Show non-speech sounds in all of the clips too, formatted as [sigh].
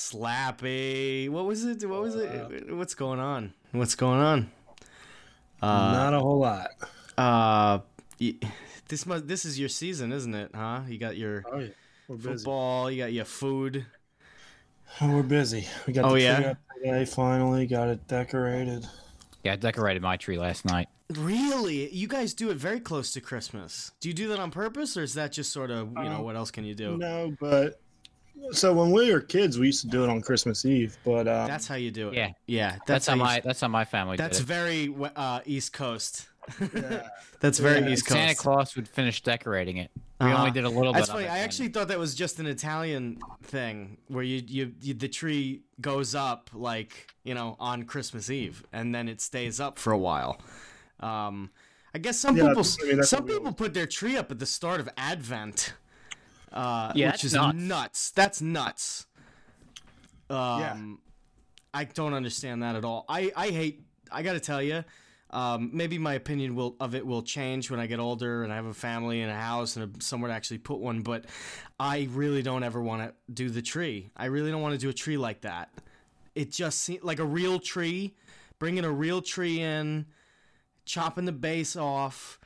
Slappy. What was it? What was it? What's going on? What's going on? Uh, Not a whole lot. uh, y- this must. This is your season, isn't it? Huh? You got your Oh yeah, we're busy. football. You got your food. We're busy. We got Oh, the yeah? tree up today. Finally got it decorated. Yeah, I decorated my tree last night. Really? You guys do it very close to Christmas. Do you do that on purpose, or is that just sort of you know Um, what else can you do? No, but so when we were kids, we used to do it on Christmas Eve. But uh, That's how you do it. Yeah. yeah. That's, how you- my that's how my family That's did it. very uh, East Coast. [laughs] yeah, That's very Yeah, East Coast. Santa Claus would finish decorating it. We Uh-huh. only did a little That's bit. funny. Of it I then. actually thought that was just an Italian thing where you, you you the tree goes up like you know on Christmas Eve and then it stays up for a while. Um, I guess some Yeah, people that's- I mean, that's some what we people always put their tree up at the start of Advent, uh, Yeah, which that's is nuts. nuts. That's nuts. Um, I don't understand that at all. I, I hate. I gotta tell you, um, maybe my opinion will of it will change when I get older and I have a family and a house and a, somewhere to actually put one. But I really don't ever want to do the tree. I really don't want to do a tree like that. It just seems like a real tree. Bringing a real tree in, chopping the base off,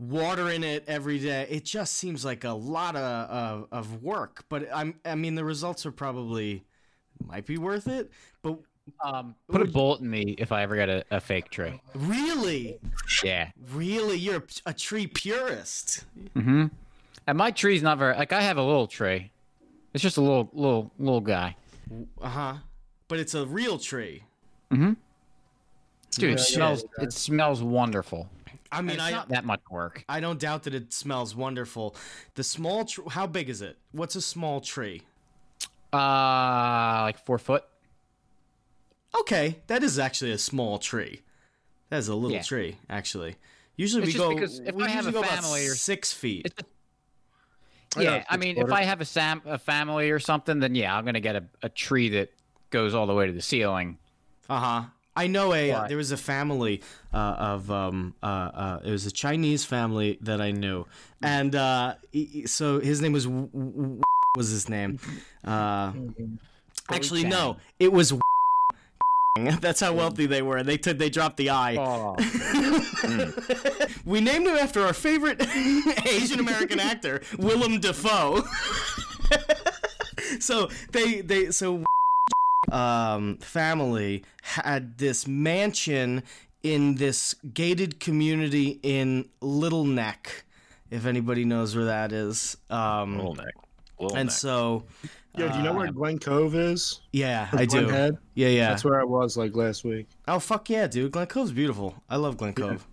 watering it every day. It just seems like a lot of of, of work. But I'm I mean the results are probably might be worth it. But um, put a bullet in me if I ever got a, a fake tree. really, Yeah. really, you're a p- a tree purist. Mm-hmm. And my tree's not very like I have a little tree. It's just a little little little guy. Uh Uh-huh. huh. But it's a real tree. Dude, Yeah, I it got smells it, guys. it smells wonderful. I And mean, it's I not that much work. I don't doubt that it smells wonderful. The small, tr- how big is it? What's a small tree? Uh like four foot. Okay, that is actually a small tree. That is a little Yeah. tree, actually. Usually we It's just go. because if we I have usually a go about family or- six feet. It's- I got a Yeah, I mean, if six-footer. I have a sam a family or something, then yeah, I'm gonna get a, a tree that goes all the way to the ceiling. Uh huh. I know a uh, Why? there was a family uh, of um uh, uh it was a Chinese family that I knew, and uh he- he- so his name was W- W- W- was his name, uh actually no it was [laughs] that's how wealthy they were they took they dropped the I Oh, Mm. we named him after our favorite [laughs] Asian American actor, Willem Dafoe. [laughs] so they they so um family had this mansion in this gated community in Little Neck. If anybody knows where that is, um, Little neck. Little and neck. so Yo, do you know where Glen Cove is? uh, yeah, Or I do. Glen Head? Yeah, yeah. That's where I was like last [laughs] week. Oh fuck yeah, dude! Glen Cove's beautiful. I love Glen [laughs] Cove.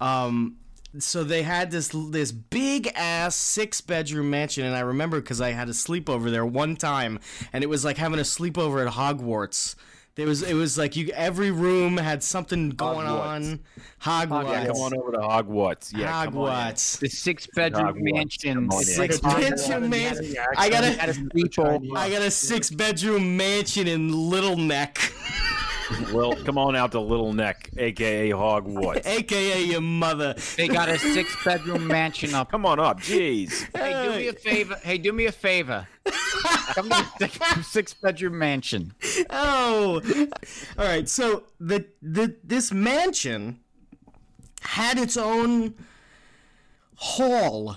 Um, so they had this this big ass six bedroom mansion, and I remember because I had a sleepover there one time, and it was like having a sleepover at Hogwarts. There was it was like you every room had something going Hogwarts. on. Hogwarts. yeah, come on over to Hogwarts. Yeah, come on. in. Hogwarts. the six bedroom Dog walks. mansion. Come on in. Six bedroom mansion. I got Had a a steeple. I [laughs] got a six bedroom mansion in Little Neck, [laughs] Well, come on out to Little Neck, aka [laughs] Hogwarts. aka your mother. They got a six bedroom mansion [laughs] up. Come on up, jeez. Hey, do me a favor. Hey, do me a favor. Come to the six, bedroom mansion. oh all right so the, the this mansion had its own hall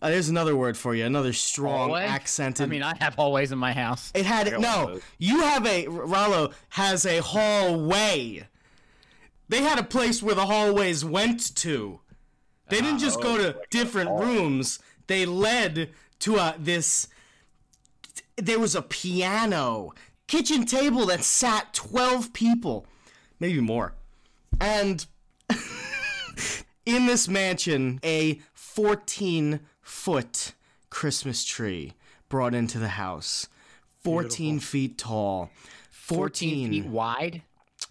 Uh, there's another word for you another strong Hallway? accented I mean, I have hallways in my house. it had it no you have a Rollo has a hallway they had a place where the hallways went to they didn't just go to different rooms they led to a, this there was a piano, kitchen table that sat 12 people, maybe more. And in this mansion, a 14 foot Christmas tree brought into the house, 14 feet tall. 14 14 feet wide.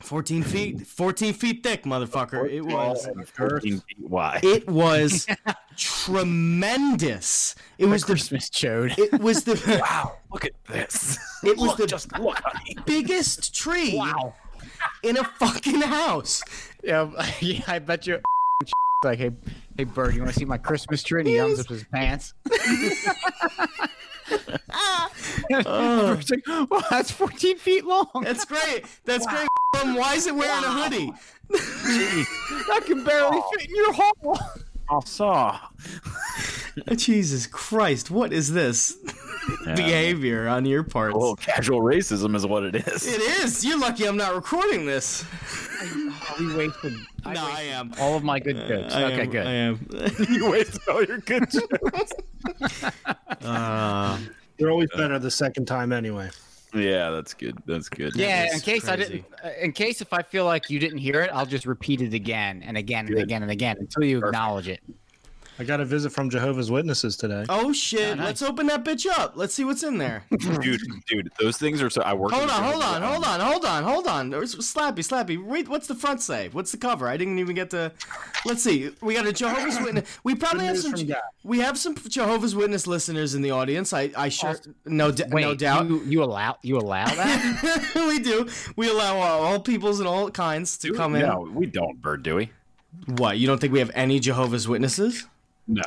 14 feet 14 feet thick motherfucker it was 14 feet wide. it was tremendous it was the Christmas [laughs] chode. it was the Wow, look at this. It was the- just look, honey. biggest tree in a fucking house. Yeah, [laughs] yeah, I bet you. [laughs] [laughs] [laughs] Like, hey, hey, Bird, you want to see my Christmas tree? And he Yes. comes up his pants. It's like, well, that's 14 [laughs] feet long. That's great. That's great. Um, why is it wearing a hoodie? That can barely fit in your hole. I saw. Oh, Jesus Christ, what is this behavior on your part? Oh, casual racism is what it is. [laughs] It is. You're lucky I'm not recording this. We wasted. I no, I wasted Uh, am. all of my good jokes. I okay, am, good. I am. [laughs] you wasted all your good jokes. Uh, They're always better the second time anyway. yeah, that's good. That's good. yeah, It's in case I crazy. didn't, uh, in case if I feel like you didn't hear it, I'll just repeat it again and again and Good. again and again until you acknowledge it. I got a visit from Jehovah's Witnesses today. oh shit! nice. Let's open that bitch up. Let's see what's in there. dude, dude, those things are so. I work. hold on, hold on, hold on, hold on, hold on. There's- Slappy, slappy. Wait, what's the front say? What's the cover? I didn't even get to. Let's see. We got a Jehovah's Witness. We probably have news some. from God. We have some Jehovah's Witness listeners in the audience. I, I sure, Awesome. no, d- Wait, no doubt. You, you allow you allow [laughs] that? [laughs] we do. We allow all, all peoples and all kinds to come in. No, we don't, Bird. Do we? What? You don't think we have any Jehovah's Witnesses? No.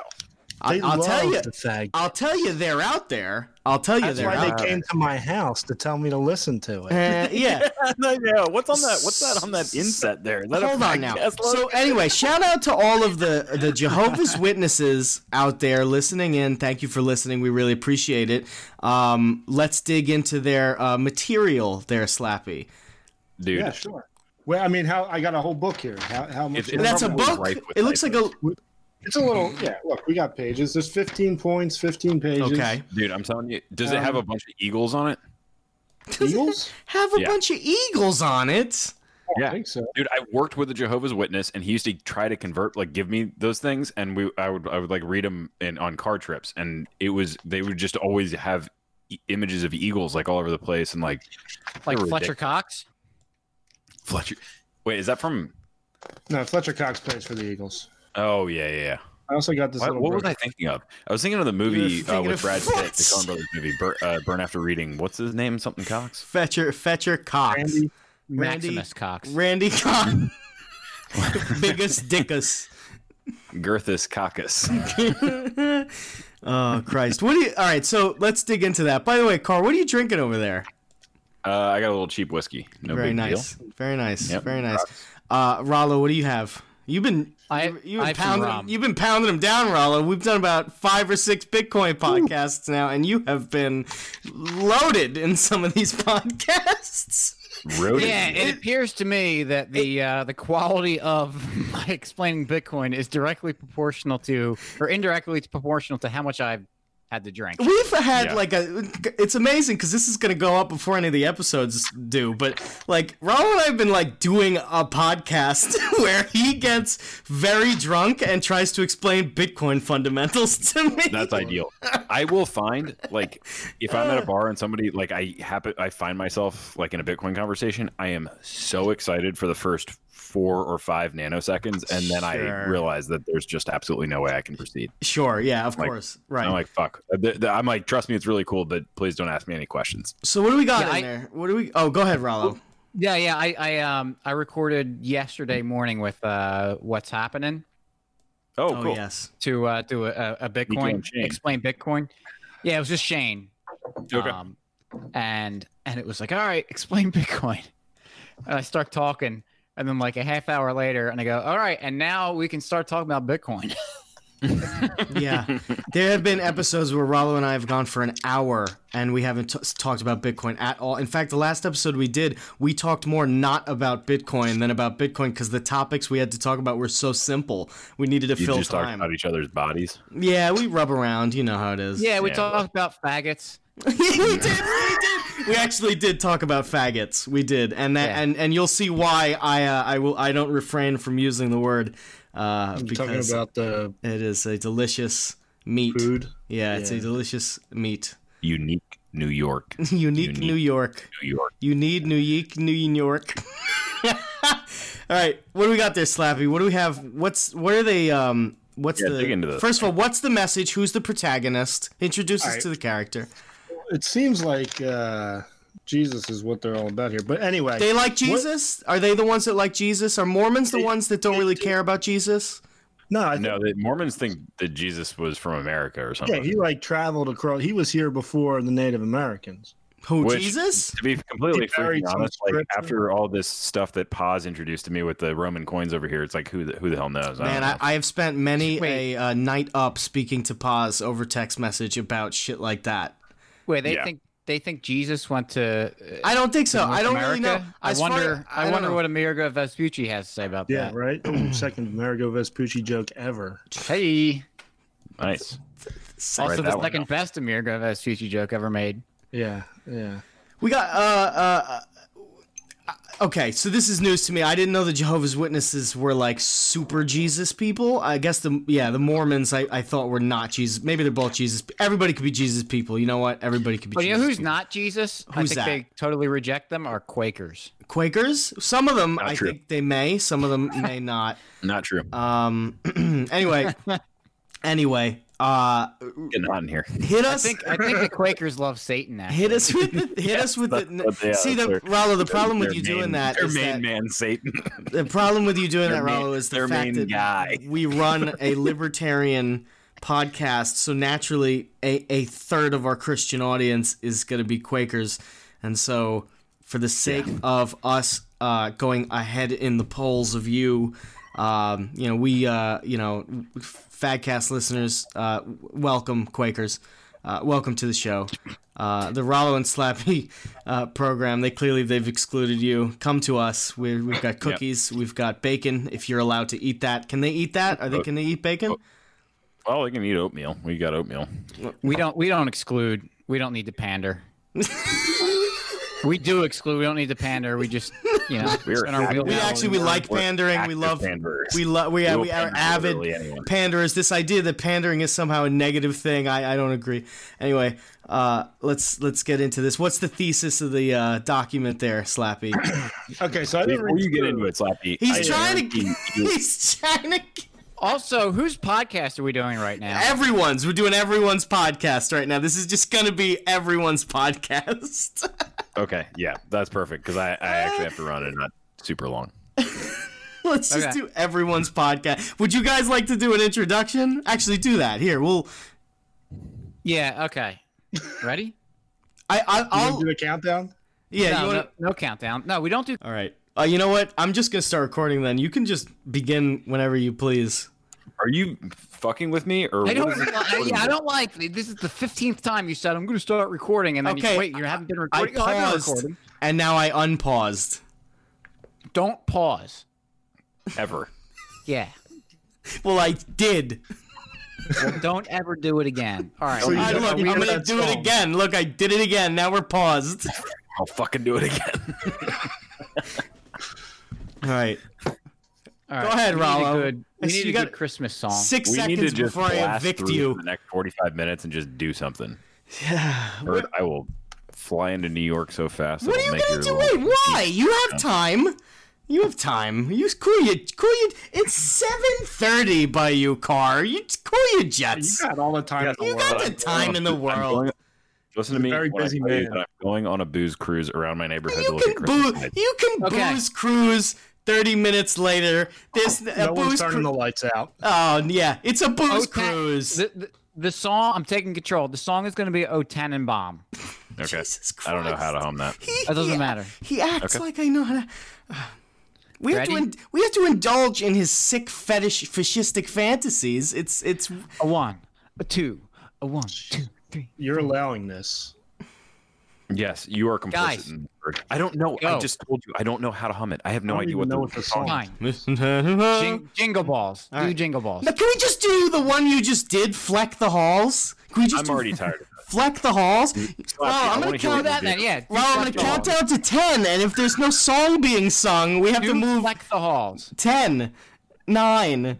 I, They I'll tell love you. The fag. I'll tell you. They're out there. I'll tell you. That's they're why out. they came to my house to tell me to listen to it. Uh, [laughs] yeah. yeah. What's on that? What's that on that inset there? Is that a Hold on now. podcast logo? So anyway, shout out to all of the the [laughs] Jehovah's Witnesses out there listening in. Thank you for listening. We really appreciate it. Um, let's dig into their uh, material there, Slappy. dude, Yeah, sure. Well, I mean, how I got a whole book here. How, how much? If- if- That's a Probably book. rife with It looks like a it's a little. Yeah, look, we got pages. There's 15 points, 15 pages. okay. dude, I'm telling you. Does it have a Um, bunch of eagles on it? Does it Eagles? have a Yeah. bunch of eagles on it? I Yeah. think so. Dude, I worked with a Jehovah's Witness, and he used to try to convert, like, give me those things, and we, I would, I would like read them in on car trips, and it was they would just always have e- images of eagles like all over the place, and like like You're Fletcher Cox? Fletcher. Wait, is that from? No, Fletcher Cox plays for the Eagles. Oh yeah, yeah. yeah. I also got this What, little. what was book. I thinking of? I was thinking of the You were movie uh, thinking with of Brad Pitt, the Fletch. Coen Brothers movie, Bur- uh, Burn After Reading. What's his name? Something Cox. Fetcher Fetcher Cox. Randy, Randy- Maximus Cox. Randy Cox. [laughs] Biggest [laughs] dickus. Girthus Caucus. [laughs] oh Christ! What do you? All right, so let's dig into that. By the way, Carl, what are you drinking over there? Uh, I got a little cheap whiskey. No very big nice. Very nice. Yep. Very nice. Uh, Rollo, what do you have? You've been I- you've- you've I been have some pounding rum. you've been pounding them down, Rollo. We've done about five or six Bitcoin podcasts now, and you have been loaded in some of these [laughs] podcasts. deal. Rodent. Yeah, it appears to me that the uh, the quality of [laughs] my explaining Bitcoin is directly proportional to, or indirectly proportional to how much I've had to drink. We've had Yeah. like a it's amazing because this is gonna go up before any of the episodes do, but like Rollo and I've been like doing a podcast [laughs] where he gets very drunk and tries to explain Bitcoin fundamentals [laughs] to me. That's ideal. I will find like if I'm at a bar and somebody like I happen I find myself like in a Bitcoin conversation, I am so excited for the first four or five nanoseconds, and then I Sure. realize that there's just absolutely no way I can proceed. Sure, yeah, of Like- course. Right. I'm like, fuck. Uh, Th- th- I'm like, trust me, it's really cool, but please don't ask me any questions. so what do we got Yeah, in I- there? What do we Oh, go ahead, Rollo. Yeah, yeah. I, I um I recorded yesterday morning with uh what's happening Oh, cool. yes. to uh do a, a Bitcoin and Shane. explain Bitcoin. Yeah, it was just Shane. Okay. Um, and and it was like, all right, [laughs] explain Bitcoin. And I start talking, and then like a half hour later, and I go, all right, and now we can start talking about [laughs] Bitcoin. Yeah. there have been episodes where Rollo and I have gone for an hour and we haven't t- talked about Bitcoin at all. In fact, the last episode we did, we talked more not about Bitcoin than about Bitcoin because the topics we had to talk about were so simple. We needed to You fill just talked time. about each other's bodies. yeah, we rub around. You know how it is. yeah, we Yeah. talked about faggots. [laughs] we did. We did. We actually did talk about faggots. We did, and that, Yeah. and and you'll see why I uh, I will I don't refrain from using the word uh, I'm talking because about the it is a delicious meat. food. Yeah, it's a Yeah. delicious meat. Unique New York. [laughs] Unique New Unique. York. [laughs] New York. You need New Yeek, New York. [laughs] All right, what do we got there, Slappy? What do we have? What's what are they? Um, what's Yeah, the dig into this. first of all? What's the message? Who's the protagonist? Introduce us All right. to the character. It seems like uh, Jesus is what they're all about here. But anyway, They like Jesus? Are they the ones that like Jesus? Are Mormons the ones that don't really care about Jesus? No, I think, No, the Mormons think that Jesus was from America or something. yeah, he like traveled across. He was here before the Native Americans. Who Which- Jesus? to be completely He buried freaking some honest, like scripture. after all this stuff that Paz introduced to me with the Roman coins over here, it's like who the, who the hell knows? I Man, don't I, I have spent many Wait. a uh, night up speaking to Paz over text message about shit like that. Wait, they Yeah. think they think Jesus went to. Uh, I don't think so. North I don't America? really know. I As far- wonder. I, don't wonder know. what Amerigo Vespucci has to say about Yeah, that. right. [clears throat] Second Amerigo Vespucci joke ever. Hey, know. nice. Sex- also that the one second down. best Amerigo Vespucci joke ever made. Yeah, yeah. We got uh, uh uh okay, so this is news to me. I didn't know the Jehovah's Witnesses were like super Jesus people. I guess the yeah, the Mormons I, I thought were not Jesus. Maybe they're both Jesus. Everybody could be Jesus people. You know what? Everybody could be But you Jesus. know who's people. not Jesus? I Who's think they totally reject them. Are Quakers? Quakers? Some of them Not I true. think they may, some of [laughs] them may not. Not true. Um [clears throat] [laughs] anyway. anyway, uh Getting hot in here. hit I us think I think the Quakers love [laughs] Satan. Now. hit us with [laughs] the, hit us with the that's what they are. See the They're- Rallo, the problem with Their you main- doing that their is main that- man Satan. [laughs] The problem with you doing that, Their main- Rollo, is the their fact main that guy. we run [laughs] a libertarian podcast, so naturally a, a third of our Christian audience is going to be Quakers, and so for the sake of us uh, going ahead in the polls of you, um, you know we uh, you know Fadcast listeners, uh, w- welcome Quakers, uh, welcome to the show. Uh, the Rollo and Slappy uh, program. They clearly they've excluded you. Come to us. We're, we've got cookies. We've got bacon. If you're allowed to eat that, can they eat that? Are Uh, they can they eat oh, bacon? Well, they can eat oatmeal. We got oatmeal. We don't. We don't exclude. We don't need [laughs] to pander. we do exclude. We don't need to pander. We just, you know, We're in our active- We wheelhouse. actually we like We're pandering. We active love panderers. we love we, We are will we are pander avid literally anyone. panderers. This idea that pandering is somehow a negative thing, I, I don't agree. Anyway, uh, let's let's get into this. What's the thesis of the uh, document there, [coughs] Slappy? Okay, so I didn't Before read you get through. into it, Slappy. He's I- trying to you- you- [laughs] he's trying to. Also, whose podcast are we doing right now? Everyone's. We're doing everyone's podcast right now. This is just gonna be everyone's podcast. [laughs] Okay, yeah, that's perfect because I, I actually have to run and not super long. Let's just Okay. do everyone's podcast. Would you guys like to do an introduction? Actually, do that here. We'll. Yeah. Okay. Ready? I. I You wanna I'll. do a countdown. [laughs] Yeah. no, you wanna, no, no countdown. No, we don't do. All right. Uh, you know what? I'm just gonna start recording. Then you can just begin whenever you please. Are you fucking with me or I don't. what is it? I, yeah, I don't like. This is the fifteenth time you said I'm going to start recording, and then Okay, you wait. You haven't been I recording. Oh, I've been paused, recording. and now I unpaused. Don't pause. ever? Yeah. Well, I did. Well, don't ever do it again. All right. So you I, Yeah, look, I'm we heard gonna that do it song. again. Look, I did it again. Now we're paused. I'll fucking do it again. All right. All right. Go ahead, we need a Rollo. good- we So need you a good got- Christmas song. Six we need to seconds just before I blast evict through you. [sighs] the next forty-five minutes and just do something. Yeah. Or I will fly into New York so fast. What are it'll you make gonna do? your Wait, little- why? You have time. You have time. You cool you cool you. It's seven thirty by you, car. You cool you You jets. got all the time. in the You world. got the time in the I'm world. going- Listen to me. Very when I busy tell you man. that I'm going on a booze cruise around my neighborhood to You look at can Christmas. boo. lights. You can Okay. booze cruise. Thirty minutes later, this No a one's booze. turning Cru- the lights out. oh yeah, it's a booze Otan- cruise. The, the, the song I'm taking control. The song is going to be O Tannenbaum. Okay. Jesus I don't know how to Christ. hum that. He- That doesn't he- matter. He acts Okay. like I know how to. We have to, Ready? in, we have to indulge in his sick fetish fascistic fantasies. It's it's A one, a two, a one, two, three. You're allowing this. Yes, you are complicit. Guys. in the word. I don't know. I Go. just told you I don't know how to hum it. I have no I don't idea even what the, know what the song is. Fine. Listen to her. Jing, jingle balls. All do right. jingle balls. Now, can we just do the one you just did, Fleck the Halls? Can we just I'm do already tired. Of that. Fleck the Halls? Well, I'm I wanna gonna count hear what that. you that then, do. yeah. Well, I'm gonna count down to ten, and if there's no song being sung, we have to Do move Fleck the halls. ten, nine,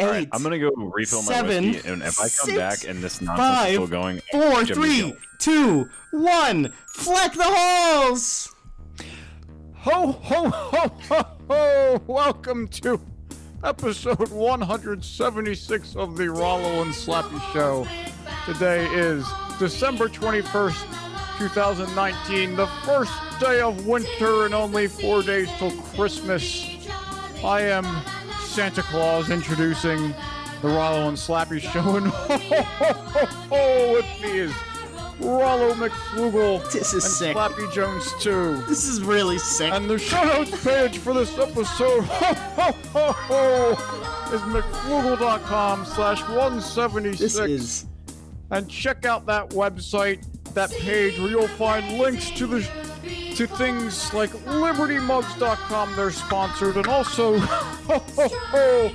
All right, eight, I'm gonna go refill my seven, whiskey, and if I come six, back and this nonsense five, is still going, four, Jimmy three, Gill. two, one. Fleck the Halls. Ho ho ho ho ho! Welcome to episode 176 of the Rollo and Slappy Show. Today is December 21st, 2019, the first day of winter, and only four days till Christmas. I am Santa Claus introducing the Rollo and Slappy show, and [laughs] ho ho ho ho ho with me is Rollo McFlugel This and is sick. Slappy Jones too. This is really sick. And the show notes page for this episode ho ho ho ho is McFlugel.com slash 176. this is and check out that website, that page where you'll find links to the to things like libertymugs.com. They're sponsored, and also [laughs] ho, ho, ho,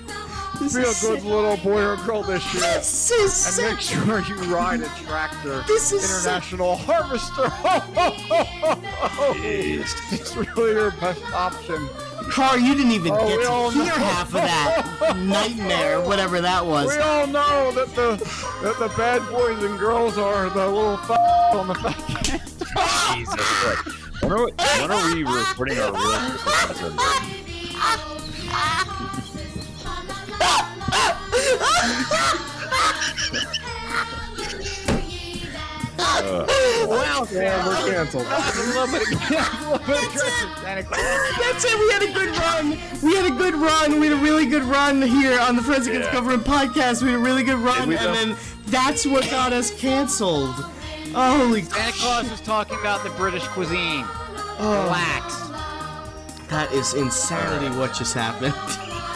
this be a is good sick. little boy or girl this year. This is And sick. make sure you ride a tractor. This is sick. International Harvester. Ho, ho, ho, ho, ho. It's really your best option. Carl, you didn't even Oh, get we to all hear know. half of [laughs] that nightmare, whatever that was. We all know that the that the bad boys and girls are the little f- on the [laughs] back end. Jesus Christ. When are, we, when are we recording our real Christmas episode? Wow, Yeah, we're canceled. [laughs] that's it. We had a good run. We had a good run. We had a really good run here on the Friends Against Yeah. Government podcast. We had a really good run, we, and though? then that's what got us canceled. Holy Santa Claus was talking about the British cuisine. Relax. That is insanity what just [laughs] happened.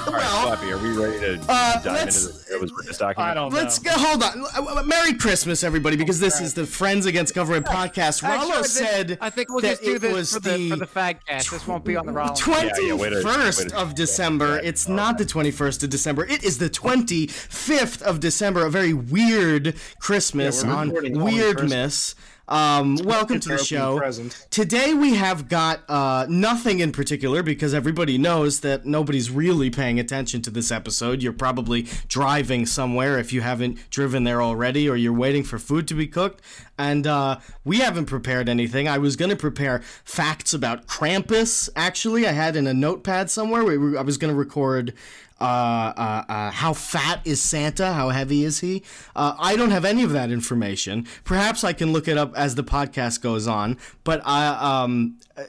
All right, well, Flappy, are we ready to Uh, dive into let's- the it was witness document? I don't know. let's go. Hold on. Uh, Merry Christmas, everybody, because this is the Friends Against Government podcast. Actually, I Rollo think- said I think we'll that just do it this was for the, for the fag cast. This won't [laughs] be on the Rollins. Yeah, yeah, wait a- 21st wait a- of December. yeah. oh, It's not the 21st of December. It is the 25th of December. A very weird Christmas Yeah, we're on recording on the Weirdness. Um, welcome to the Opening show. present. Today we have got uh, nothing in particular because everybody knows that nobody's really paying attention to this episode. You're probably driving somewhere if you haven't driven there already, or you're waiting for food to be cooked. And uh, we haven't prepared anything. I was going to prepare facts about Krampus. Actually, I had in a notepad somewhere. We were, I was going to record uh, uh, uh, how fat is Santa? How heavy is he? Uh, I don't have any of that information. Perhaps I can look it up as the podcast goes on. But I, um, uh,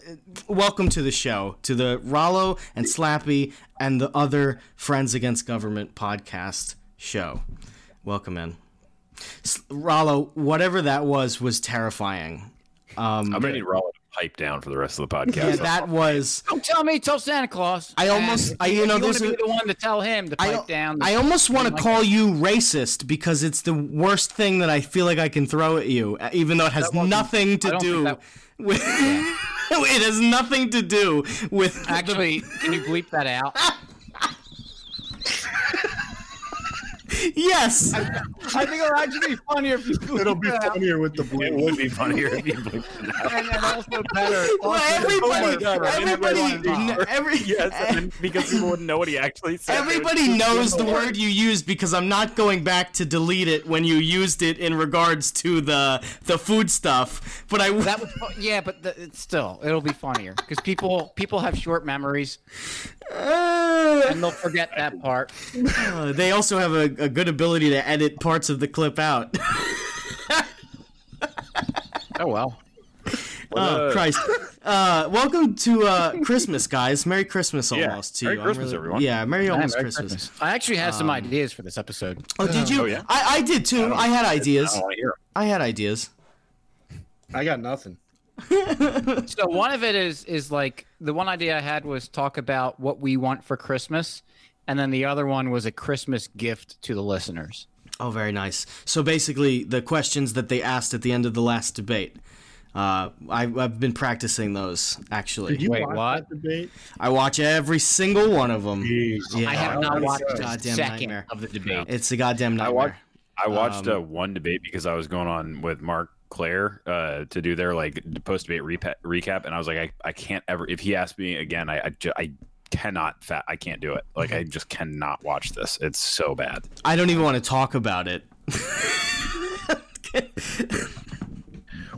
welcome to the show, to the Rollo and Slappy and the other Friends Against Government podcast show. Welcome in. S- Rollo, whatever that was, was terrifying. I'm gonna need Rollo to pipe down for the rest of the Yeah, podcast. that was. Don't tell me, tell Santa Claus. I almost- I- you know, you there's want to be a- the one to tell him to pipe down. I almost want to call you racist because it's the worst thing that I feel like I can throw at you, uh, even though it has nothing I to don't do think that- with. [laughs] it has nothing to do with. Actually, can you bleep that out? [laughs] yes. I think it'll actually be funnier if you do [laughs] It'll be that. funnier with the it blue. would be funnier if you bleeped it [laughs] out. and, and also better. Well, Also- everybody, Oh my God, everybody, everyone- kn- [laughs] every, [laughs] because people wouldn't know what he actually said. everybody knows the word you used because I'm not going back to delete it when you used it in regards to the the food stuff. But I [laughs] That was fu- yeah, but the, it's still it'll be funnier because people people have short memories and they'll forget that part. Uh, [laughs] they also have a, a good ability to edit parts of the clip out. Oh well. Oh, [laughs] Christ. Uh, welcome to uh, Christmas, guys. Merry Christmas Yeah. almost to Merry you. Christmas, really, everyone. Yeah, Merry almost Merry Christmas. Christmas. I actually had Um, some ideas for this episode. Oh, did you? Oh, yeah. I, I did too. I, had I ideas. don't want to hear. him. I had ideas. I got nothing. So one of it is is like the one idea I had was talk about what we want for Christmas, and then the other one was a Christmas gift to the listeners. Oh, very nice. So basically, the questions that they asked at the end of the last debate. Uh, I, I've been practicing those actually. Did you Wait, watch what? that debate? I watch every single one of them. Yeah. I have not watched a Goddamn second nightmare. of the debate. It's a goddamn nightmare. I watched. I watched uh, one debate because I was going on with Mark Claire uh, to do their like post debate repa- recap, and I was like, I, I can't ever. If he asked me again, I I, ju- I cannot. Fat, I can't do it. Like I just cannot watch this. It's so bad. I don't even want to talk about [laughs] it. [laughs]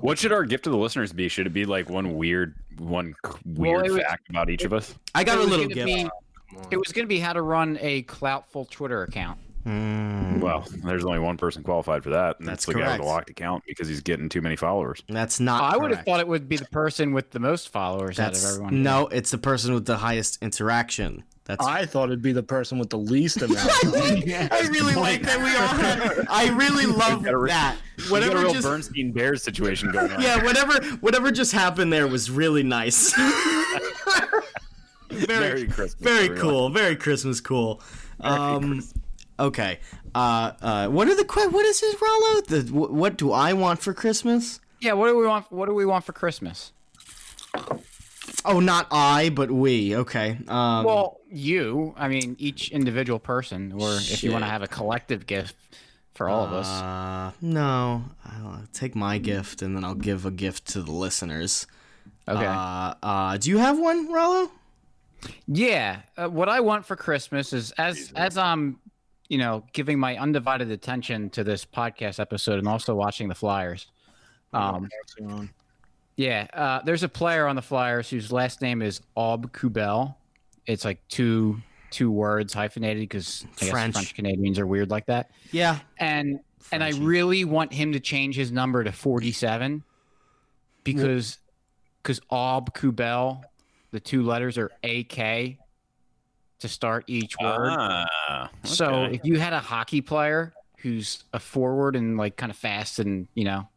What should our gift to the listeners be? Should it be like one weird, one c- weird it was- fact about each of us? I got It a was little gonna gift. be- it was going to be how to run a cloutful Twitter account. Mm, Well, there's only one person qualified for that, and That's Mm-hmm. that's, the guy correct. with the locked account because he's getting too many followers. That's not. I would have correct. thought it would be the person with the most followers out of That's everyone. no. It's the person with the highest interaction. That's [laughs] I thought it'd be the person with the least [laughs] amount. I really like that we all have. I really love got a re- that. We got a Whatever real just Bernstein Bears situation going on. yeah, whatever whatever just happened there was really nice. [laughs] very Merry Christmas. very everyone. cool. Very Christmas cool. um, Okay. Uh, uh, what are the que- what is it, Rollo? The wh- what do I want for Christmas? Yeah, what do we want? What do we want for Christmas? Oh, not I, but we. Okay. Um, Well, you. I mean, each individual person, or if you want to Shit. have a collective gift for all of us. Uh, no, I'll uh, take my gift and then I'll give a gift to the listeners. Okay. Uh, uh, do you have one, Rollo? Yeah, uh, what I want for Christmas is as as I'm, you know, giving my undivided attention to this podcast episode and also watching the Flyers. Um, yeah, uh, there's a player on the Flyers whose last name is Aub Kubel. It's like two two words hyphenated because French. French Canadians are weird like that. Yeah. And and I Frenchie. really want him to change his number to 47 because because Aub Kubel, the two letters are AK to start each word. Ah, So okay. if you had a hockey player who's a forward and like kind of fast and you know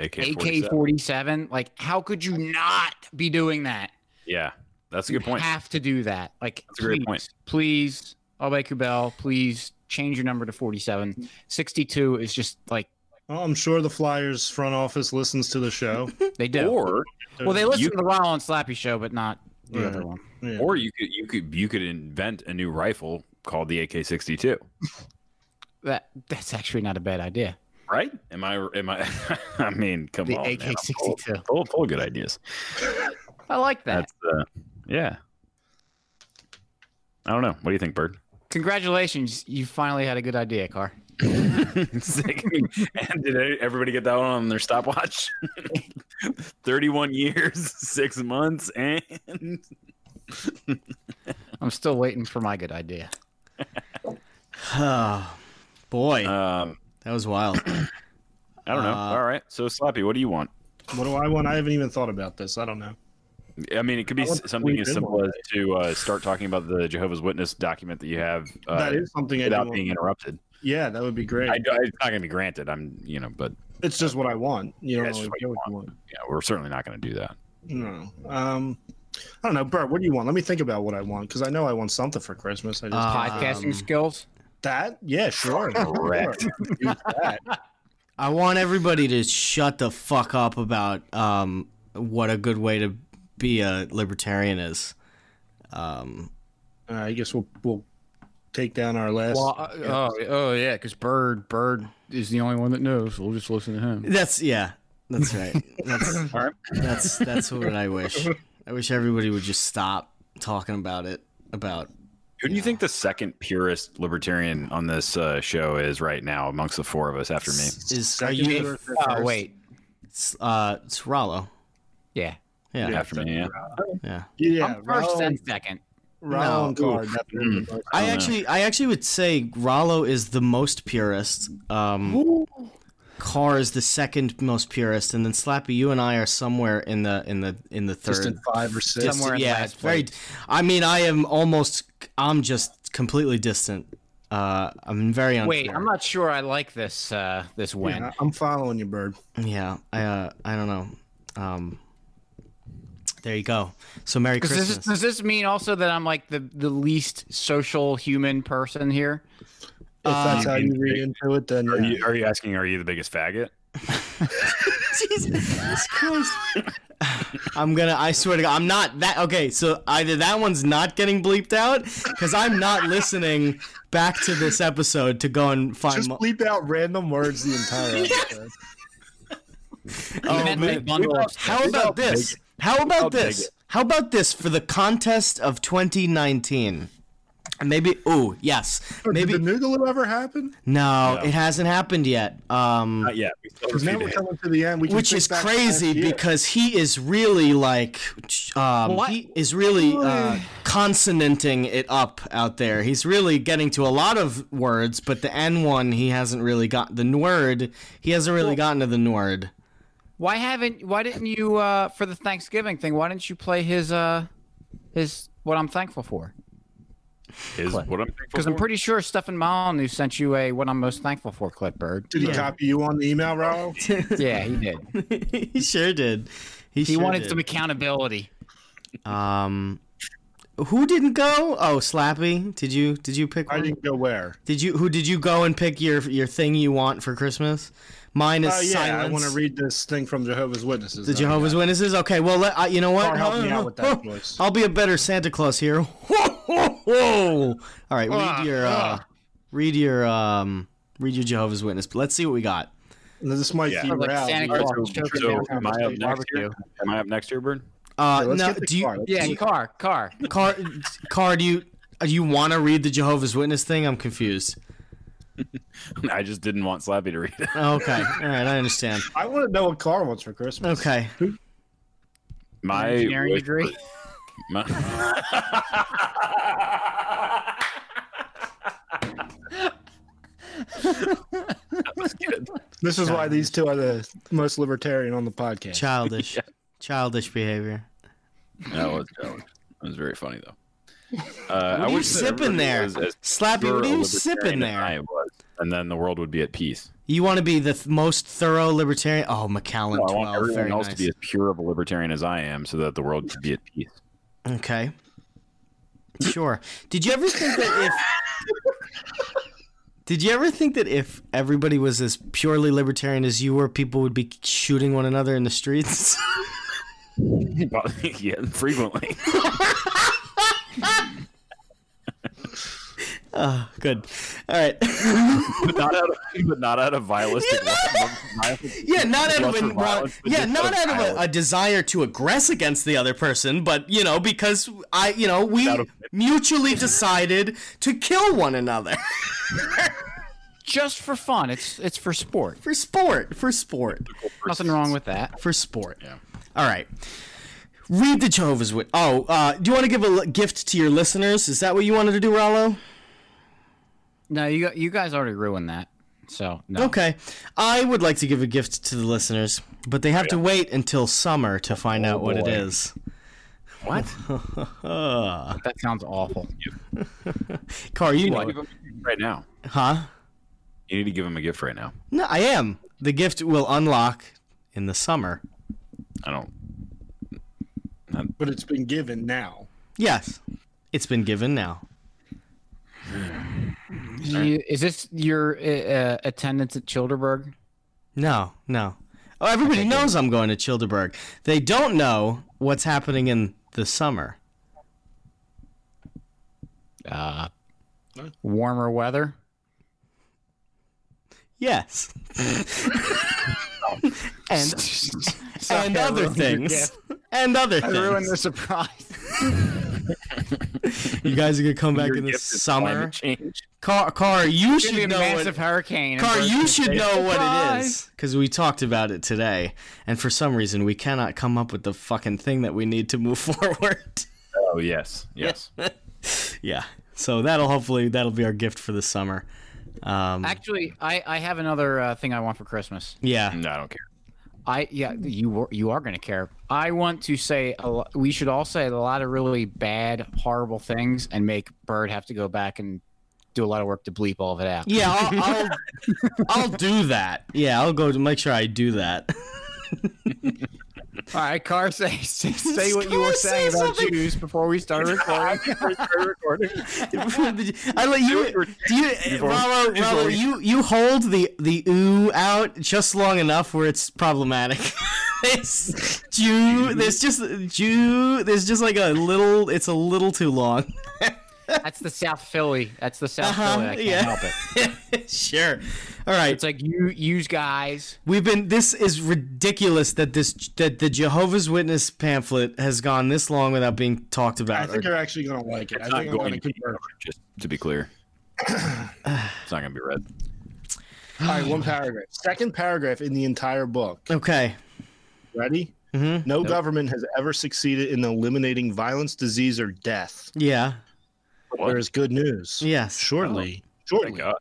AK-47. AK forty seven, like how could you not be doing that? Yeah, that's a good point. You have to do that. Like That's a great please, point. Please, Aub Kubel, please change your number to forty seven. Sixty two is just like Well, I'm sure the Flyers front office listens to the show. they do. Or [laughs] Well, they listen You- to the Raw and Slappy show, but not the Yeah. other one. Yeah. or you could you could you could invent a new rifle called the AK-62. That that's actually not a bad idea. Right? Am I? Am I? [laughs] I mean, come The on. man. I'm AK sixty full- two. Full, full of good ideas. I like that. That's uh, yeah. I don't know. What do you think, Bird? Congratulations, you finally had a good idea, Car. Sick. and did everybody get that one on their stopwatch? [laughs] 31 years, [laughs] six months, and I'm still waiting for my good idea. Oh, [sighs] boy, um, that was wild. I don't know. Uh, All right. So, Slappy, what do you want? What do I want? I haven't even thought about this. I don't know. I mean, it could be I want s- something the as Sweden simple one. as to uh, start talking about the Jehovah's Witness document that you have uh, that is something I do without want. being interrupted. Yeah, that would be great. I, I- it's not going to be granted. I'm, you know, but it's just what I want. You don't Yeah, it's always just what get you what you want. yeah, we're certainly not going to do that. No. Um, I don't know, Bert. What do you want? Let me think about what I want because I know I want something for Christmas. I just Uh, Um, Podcasting skills. that. Yeah, sure. Correct. Sure. Use that. I want everybody to shut the fuck up about um, what a good way to be a libertarian is. Um, Uh, I guess we'll we'll take down our last. Well, uh, oh, oh yeah, because Bird Bird is the only one that knows. So we'll just listen to him. that's yeah, that's right. That's [laughs] All right. that's that's what I wish. I wish everybody would just stop talking about it. About Who do you think the second purest libertarian on this uh, show is right now amongst the four of us after me? is uh, are Second you? or Oh third? wait, It's, uh, it's Rollo. yeah. Yeah, yeah. after me, yeah. Yeah, I'm first Raul- and second. Raul and No. Carr, I definitely. don't know. actually, I actually would say Rollo is the most purist. Um, Carr is the second most purist, and then Slappy, you and I are somewhere in the in the in the third. Just in five or six. Somewhere in yeah, last it's very. I mean, I am almost. I'm just completely distant. Uh, I'm very unsure. Wait, I'm not sure I like this uh, this win. Yeah, I'm following you, Bird. Yeah, I uh, I don't know. Um, there you go. So Merry Does Christmas. this, does this mean also that I'm like the, the least social human person here? If that's how you read into it, then Are yeah. you, are you asking, are you the biggest faggot? [laughs] Jesus Christ. [laughs] I'm gonna. I swear to God, I'm not that. Okay, so either that one's not getting bleeped out because I'm not listening back to this episode to go and find. just mo- bleep out random words the entire episode. Oh, Even man. the bundle of stuff. How about this? How about this? How about this for the contest of 2019? Maybe. Oh yes. Maybe. Did the Noogaloo ever happen? No, No. it hasn't happened yet. Um, Not yet. We still 'Cause now we're have coming to the end. We can which think is back to crazy last year. because he is really like um, What? he is really uh, consonanting it up out there he's really getting to a lot of words but the n one he hasn't really got the n word he hasn't really gotten to the n [laughs] word Why haven't why didn't you uh for the Thanksgiving thing, why didn't you play his uh his what I'm thankful for? Is Clip. what I'm thankful Because I'm for. pretty sure Stefan Molyneux sent you a what I'm most thankful for clip, Bird. Did he Yeah. copy you on the email, Raul? Yeah, he did. [laughs] he sure did. He, He sure wanted did. some accountability. Um, who didn't go? Oh, Slappy, did you did you pick I one? didn't go where. Did you who did you go and pick your your thing you want for Christmas? Mine Oh is yeah, silence. I want to read this thing from Jehovah's Witnesses. the that I Jehovah's Oh. got. Witnesses. Okay, well, let, I, you know what? Or help me out with that voice. [laughs] I'll be a better Santa Claus here. [laughs] Whoa, whoa, whoa. All right, read your Ah. uh, read your um read your Jehovah's Witness. But let's see what we got. This might Yeah. be Like Raoul. Santa All Claus right, so, choking so down am I up Christmas next barbecue. year? Am I up next year, Bird? [laughs] Uh, Yeah, let's no, get the do you card. Let's Yeah, see. car, car. car car do you uh, do you want to read the Jehovah's Witness thing? I'm confused. I just didn't want Slappy to read it. Okay, all right, I understand. I want to know what Carl wants for Christmas. [laughs] Okay, My Engineering wish- degree. My- This is why these two are the most libertarian on the podcast. childish, childish behavior. that was that was very funny though. Uh, What I are you wish that sipping everybody there, was as Slappy? pure What are a you libertarian sipping as I there? was, and then the world would be at peace. You want to be the th- most thorough libertarian? Oh, McAllen Well, I want twelve. everyone Very else nice. to be as pure of a libertarian as I am, so that the world could be at [laughs] peace. Okay. Sure. Did you ever think that if [laughs] Did you ever think that if everybody was as purely libertarian as you were, people would be shooting one another in the streets? [laughs] yeah, frequently. oh, good. All right. [laughs] [laughs] but not out of but not out of violence. yeah, not out of Lots an, of violence, but yeah, just not out of a, violence. a desire to aggress against the other person, but you know, because I, you know, we Out of- mutually decided to kill one another [laughs] Just for fun. It's it's for sport. for sport, for sport. Nothing wrong with that. for sport. All right. Read the Jehovah's Wit. Oh, uh, do you want to give a li- gift to your listeners? Is that what you wanted to do, Rollo? No, you you guys already ruined that. So no. Okay. I would like to give a gift to the listeners, but they have to wait until summer to find out what it Oh, boy. is. [laughs] What? That sounds awful. Car, you know, it. Give him a gift right now. huh? You need to give him a gift right now. No, I am. The gift will unlock in the summer. I don't. But it's been given now. Yes, it's been given now. You- is this your uh, uh, attendance at Childerberg? No, no. Oh, everybody knows I'm going to Childeberg. They don't know what's happening in the summer. Uh, warmer weather. Yes. and and other things. And other I ruined things. the surprise. You guys are gonna come back Your in the gift is summer. climate change. Car, car, you Should be a should know. massive What, hurricane. and car, Bert's you gonna should say, know what it "Surprise!" is because we talked about it today, and for some reason we cannot come up with the fucking thing that we need to move [laughs] forward. Oh yes, yes. yeah. So that'll hopefully that'll be our gift for the summer. Um, Actually, I, I have another uh, thing I want for Christmas. yeah. no, I don't care. I yeah, you were- you are gonna care. I want to say a lo- we should all say a lot of really bad, horrible things and make Bird have to go back and do a lot of work to bleep all of it out. Yeah, I'll, I'll I'll do that. Yeah, I'll go to make sure I do that. [laughs] [laughs] All right, Car, say [laughs] say, say what you were Car, say saying about something. Jews before we start [laughs] [laughs] recording. I let you. Do you, already- Rollo, you've Rollo, already- you you hold the the ooh out just long enough where it's problematic. [laughs] It's Jew. There's just Jew. There's just like a little. It's a little too long. [laughs] That's the South Philly. That's the South Uh-huh, Philly. I can't yeah. help it. sure. All right. It's like you use guys. We've been. This is ridiculous that this that the Jehovah's Witness pamphlet has gone this long without being talked I about. think you're actually going to like it. I It's not think I'm going going to to be convert. Just to be clear, it's not going to be red. All right, one paragraph. Second paragraph in the entire book. okay. Ready? Mhm. No government has ever succeeded in eliminating violence, disease, or death. Yeah. There is good news. Yes. Shortly. Thank Shortly. Oh God.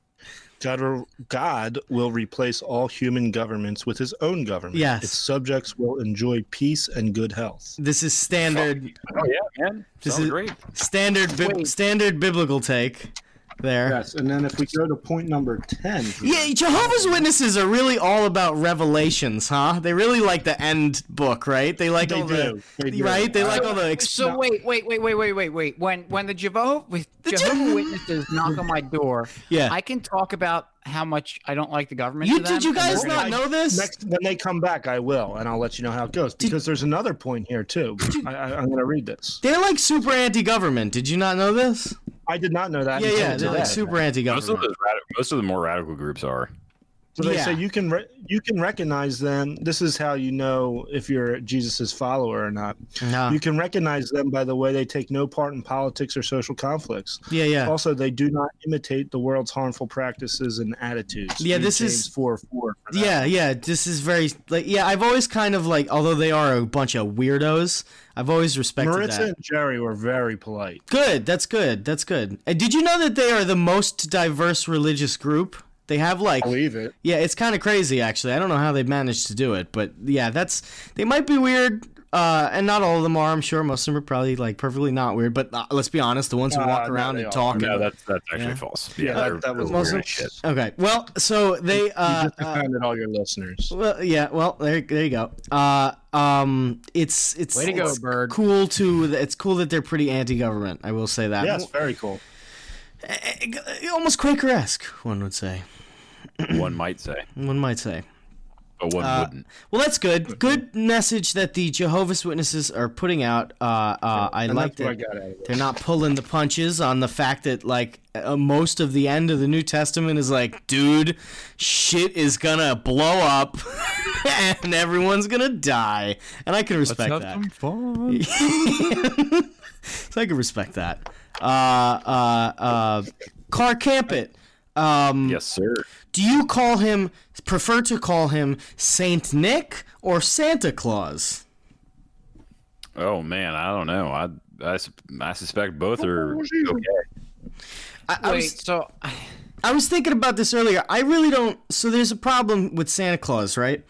God, will- God will replace all human governments with his own government. Yes. Its subjects will enjoy peace and good health. This is standard Oh yeah, man. This Sounds is- great. standard bib- standard biblical take there. Yes. And then if we go to point number 10, here, Yeah, Jehovah's Witnesses are really all about revelations, huh? They really like the end book, right? They like They all do. the They do. Uh, right. They like all the. Ex- So wait, wait, wait, wait, wait, wait, wait. When when the Jehovah with The Jehovah Jeh- Witnesses knock on [laughs] my door, Yeah. I can talk about how much I don't like the government. you to them, did you and guys they're not like, know this? next, when they come back, I will, and I'll let you know how it goes because there's another point here, too. I, I, I'm going to read this. They're like super anti-government. Did you not know this? I did not know that. Yeah, until yeah. They're today. like super Most of anti-government. those rad- most of the more radical groups are. So they Yeah. say you can re- you can recognize them. This is how you know if you're Jesus's follower or not. Nah. You can recognize them by the way they take no part in politics or social conflicts. Yeah, yeah. Also, they do not imitate the world's harmful practices and attitudes. Yeah, Read this is- James four four. for that. Yeah, yeah. This is very like yeah. I've always kind of like, although they are a bunch of weirdos, I've always respected Maritza that. and Jerry were very polite. Good. That's good. That's good. And did you know that they are the most diverse religious group? They have like Believe it. yeah, it's kind of crazy actually. I don't know how they managed to do it, but yeah, that's they might be weird. Uh, and not all of them are. I'm sure most of them are probably like perfectly not weird. But uh, let's be honest, the ones who Uh, walk no, around they and are. talk. No, and- that's that's actually Yeah. false. Yeah, Yeah, that- they're- that was they're Muslim- weird shit. okay. Well, so they. Uh, you just [laughs] uh, offended all your listeners. Well, yeah. Well, there, there you go. Uh, um, it's it's Way to go, it's Bird. Cool to it's cool that they're pretty anti-government. I will say that. Yes, very cool. W- almost Quaker-esque. One would say. One might say, One might say. but one wouldn't. Well, that's Mm-hmm. good. Good message that the Jehovah's Witnesses are putting out. Uh, uh, I And like that's what I that got out of it. they're not pulling the punches on the fact that like uh, most of the end of the New Testament is like, dude, shit is gonna blow up, [laughs] and everyone's gonna die, and I can respect that. fun. [laughs] So I can respect that. Uh, uh, uh, Car Campit. Um, Yes, sir. Do you call him, prefer to call him Saint Nick or Santa Claus? Oh man, I don't know. I I, sus- I suspect both are okay. I, I, Wait, was, so I was thinking about this earlier. I really don't. So there's a problem with Santa Claus, right?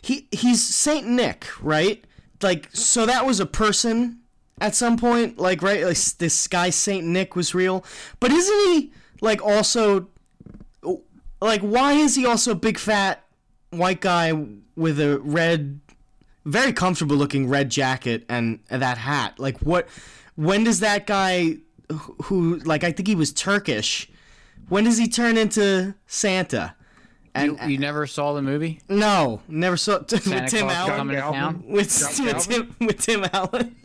He he's Saint Nick, right? Like so that was a person at some point, like right? Like s- this guy Saint Nick was real, but isn't he like also like why is he also a big fat white guy with a red very comfortable looking red jacket and, and that hat like what when does that guy who- who like i think he was turkish when does he turn into santa you, and you never saw the movie no never saw [laughs] with Santa tim Claus allen coming to Calvin. town? with, with, tim, with tim allen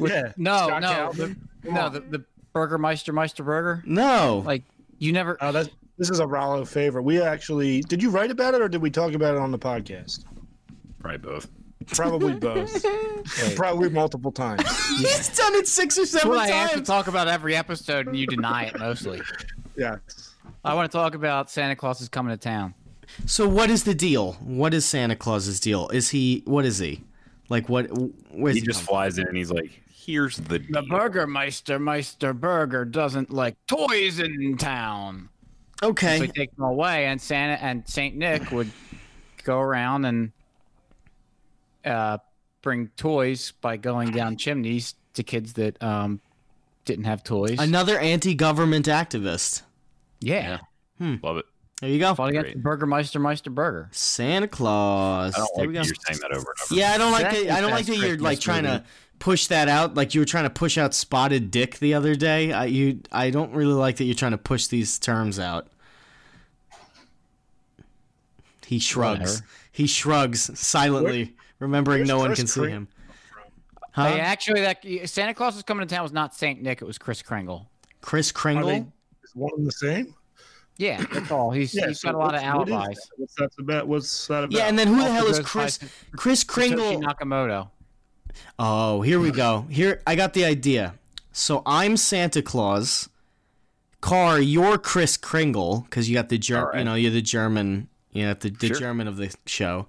yeah. No, Scott no, the, Calvin? no, the, the Burger Meister Meister Burger. [laughs] no Like you never. Oh, that's this is a Rollo favor. We actually did you write about it or did we talk about it on the podcast? Right, both. [laughs] Probably both. Probably multiple times. he's done it six or seven Well, I have to times talk about every episode, and you deny it mostly. Yeah. I want to talk about Santa Claus is coming to town. so what is the deal what is santa claus's deal is he what is he like what where's He he, just come flies in and he's like, "Here's the The deal." Burgermeister Meister Burger doesn't like toys in town. okay So he takes them away, and Santa and Saint Nick would go around and uh, bring toys by going down chimneys to kids that um, didn't have toys. Another anti-government activist. yeah, Love it. There you go. fought against the Burgermeister Meister Burger. Santa Claus. I don't There like we that go. you're saying that over and over. Yeah, I don't like That's that. I don't the like that best you're like Christmas trying to movie. push that out. Like you were trying to push out spotted dick the other day. I you I don't really like that you're trying to push these terms out. He shrugs. Whatever. He shrugs silently, remembering no one where's can see Kring- him. Huh? Hey, actually, that Santa Claus is coming to town was not Saint Nick; it was Chris Kringle. Chris Are Kringle. they is one and the same? Yeah, that's all. He's, he's so got a lot of what's- what is allies. that? What's that about? What's that about? yeah, and then who the Also hell is goes by Chris? Satoshi Chris Kringle. Nakamoto. Oh, here we go. Here I got the idea. So I'm Santa Claus. Car, you're Chris Kringle because you got the Ger- All right. you know you're the German, you know the, the Sure. German of the show.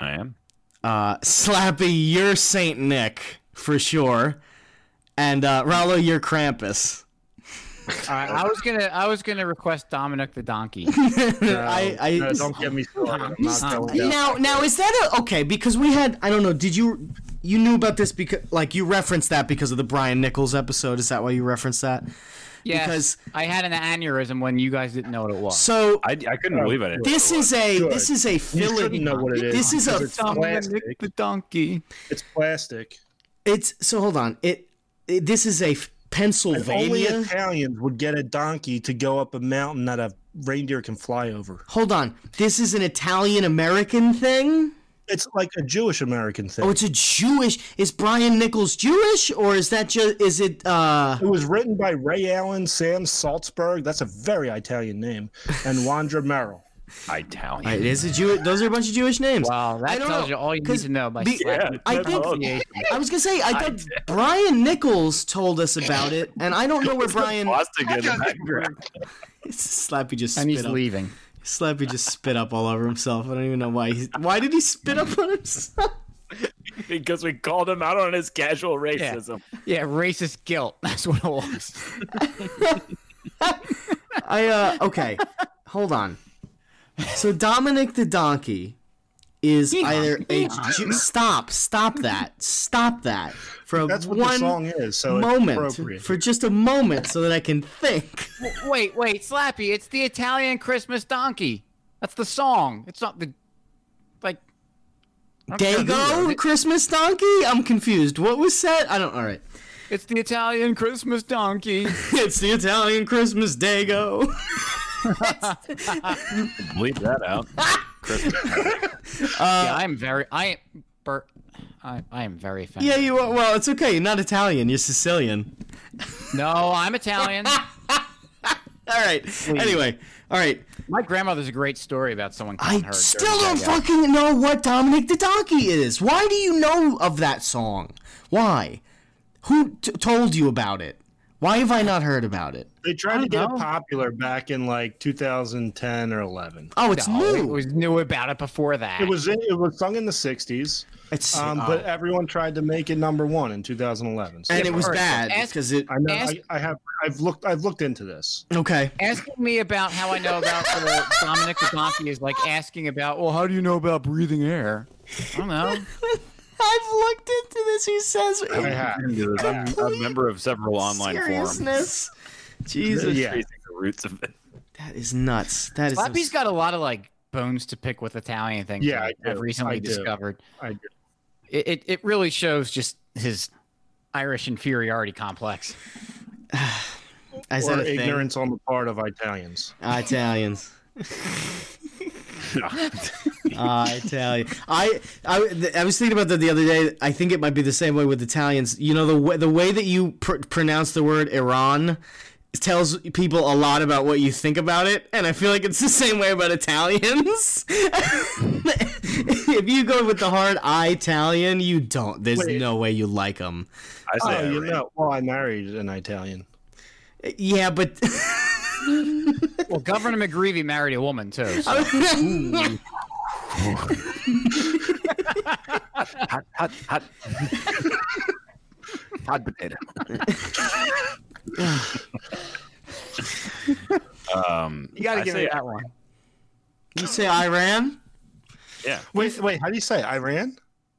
I am. Uh, Slappy, you're Saint Nick for sure, and uh, Rollo, you're Krampus. All right, I was gonna I was gonna request Dominic [laughs] the Donkey. I, I, uh, [laughs] No, don't get me started. I'm not going down. now now is that a, okay? Because we had I don't know. Did you you knew about this because like you referenced that because of the Brian Nichols episode? Is that why you referenced that? Yes, Because- I had an aneurysm when you guys didn't know what it was. So I, I couldn't believe it. this is a Good. this is a You shouldn't filling. know what it is. This is a because it's plastic. Dominic the Donkey. It's plastic. It's so hold on. It, it this is a If only Pennsylvania. Italians would get a donkey to go up a mountain that a reindeer can fly over. Hold on. This is an Italian American thing. It's like a Jewish American thing. Oh, it's a Jewish. Is Brian Nichols Jewish, or is that just? Is it? uh it was written by Ray Allen, Sam Salzberg. That's a very Italian name, [laughs] and Wandra Merrill. Italian. It is a Jew. Those are a bunch of Jewish names. Wow, I that don't tells know, you all you need 'cause to know by be- slapping the I think- pronunciation. I was gonna say I thought Brian Nichols told us about it, and I don't know where Brian. Boston in the background. [laughs] Slappy just and he's spit up. leaving. Slappy just spit up all over himself. I don't even know why. He, why did he spit up on himself? [laughs] because we called him out on his casual racism. Yeah, racist guilt. That's what it was. I uh okay. Hold on. So Dominic the donkey is Yeehaw, either a yeehaw. Jew- stop stop that stop that for That's what one the song is. So it's moment appropriate. for just a moment so that I can think. wait, wait, Slappy, it's the Italian Christmas donkey. That's the song. It's not the like I don't care who wrote Dago it. Christmas donkey? I'm confused. What was said? I don't. All right. It's the Italian Christmas donkey. It's the Italian Christmas Dago. Bleep that out. yeah, I'm very I Bert I, I am very offended. yeah, you are. Well, it's okay. You're not Italian. You're Sicilian. No, I'm Italian. [laughs] All right. Anyway. All right. My grandmother's a great story about someone I calling her. still during don't Dago. fucking know what Dominic the Donkey is. Why do you know of that song? Why? Who t- told you about it? Why have I not heard about it? they tried to don't get know. it popular back in like 2010 or 11. Oh, it's No, new. It was new about it before that. It was it was sung in the 60s, it's um, oh. but everyone tried to make it number one in 2011. So and it was Alright, so bad ask- because it. I know Ask- I, I have I've looked I've looked into this. [laughs] Okay. asking me about how I know about uh, Dominic the donkey is like asking about. Well, how do you know about breathing air? I don't know. I've looked into this. He says I have. I'm a member of several online forums. seriousness. Jesus, Yeah. Tracing the roots of it. that is nuts. That is. Slappy's got a lot of like bones to pick with Italian things. Yeah, that I I've do. recently I do. discovered. I do. It, it it really shows just his Irish inferiority complex. is or that a thing? ignorance on the part of Italians. Italians. uh, Italian. I, I th- I was thinking about that the other day. I think it might be the same way with Italians. You know the way, the way that you pr- pronounce the word Iran tells people a lot about what you think about it, and I feel like it's the same way about Italians. [laughs] if you go with the hard I Italian, you don't. There's Wait. no way you like them. I Oh, say you Iran. know. Well, I married an Italian. Yeah, but [laughs] Well, Governor McGreevey married a woman too. So. hot, hot, hot, hot potato. [laughs] um, You got to I give say- me that one. you say Iran. Yeah, Wait, wait. How do you say it? Iran?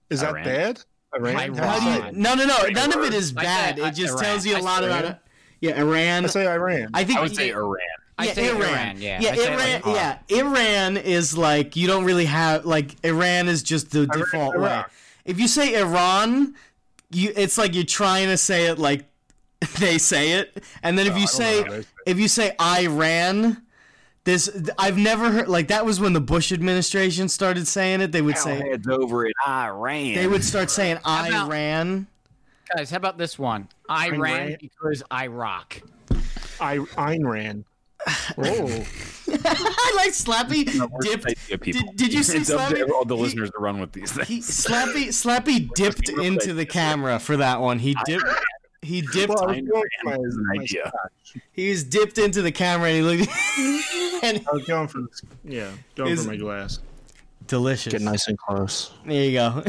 Is that Iran. bad? Iran. How do you- How do you, no, no, no. Great None of it word. is I bad. said, uh, it just Iran. tells you a I lot said about it. Iran. Yeah, Iran. I say Iran. I think I would say Iran. I yeah, say Iran. Yeah, Yeah, I say it Iran. like oh, R. yeah, Iran is like you don't really have like Iran is just the default way. Iraq. If you say Iran, you it's like you're trying to say it like [laughs] they say it, and then if you say know. if you say Iran. This I've never heard like that was when the Bush administration started saying it. They would say Heads over in Iran. they would start saying about- Iran. Guys, how about this one? Iran, Iran. because Iraq. I [laughs] Iran. Oh, I [laughs] like Slappy dipped. Did, did you see It's up Slappy? to all the He- listeners to run with these things. He, Slappy Slappy dipped Real into quick. the camera for that one. He dipped. He dipped. well, I was Iran going for is an my- my- idea. He was dipped into the camera and he looked. [laughs] and I was going for yeah, going Is- for my glass. delicious. nice and close. There you go.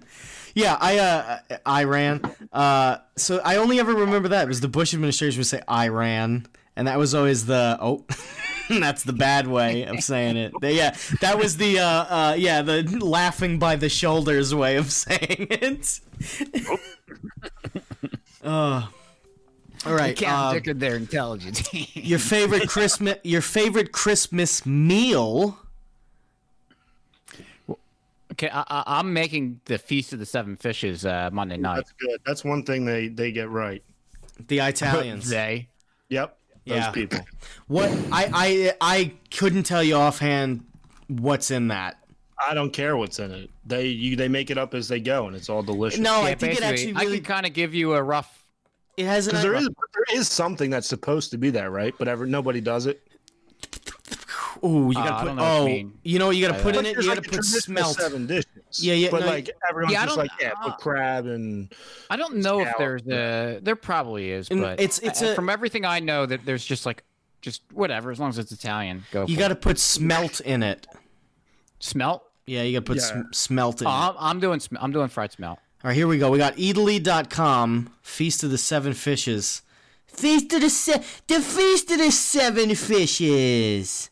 [laughs] Yeah, I uh, Iran. Uh, so I only ever remember that it was the Bush administration would say Iran, and that was always the oh. [laughs] That's the bad way of saying it. They- yeah, that was the uh, uh, yeah the laughing by the shoulders way of [laughs] saying it. [laughs] uh, all right. Can't uh, dick at their intelligence. [laughs] your favorite Christmas your favorite Christmas meal. okay, I, I, I'm making the feast of the seven fishes uh, Monday night. That's good. That's one thing they they get right. The Italians. They Yep. Those Yeah. people. What I I I couldn't tell you offhand what's in that. I don't care what's in it. They you they make it up as they go, and it's all delicious. No, yeah, Oh, I think it basically, actually I really can kind of give you a rough. it has an because there is there is something that's supposed to be there, right? But ever nobody does it. Ooh, you Uh, I gotta don't put know what you oh, mean. you know what you gotta put in But it. there's, You like, gotta a put traditional smelt. seven dishes. Yeah, yeah, But no, like everyone's Yeah, I just don't- like yeah, uh, put crab and I don't know if Yeah. there's a. There probably is, And but it's- it's I- a- from everything I know that there's just like just whatever as long as it's Italian. Go. You for it. gotta put smelt in it. smelt. Yeah, you gotta put Yeah. sm- smelt in. Oh, it. All I'm, I'm doing. sm- I'm doing fried smelt. right, here we go. We got Italy.com, Feast of the Seven Fishes. Feast of the se- the Feast of the Seven Fishes.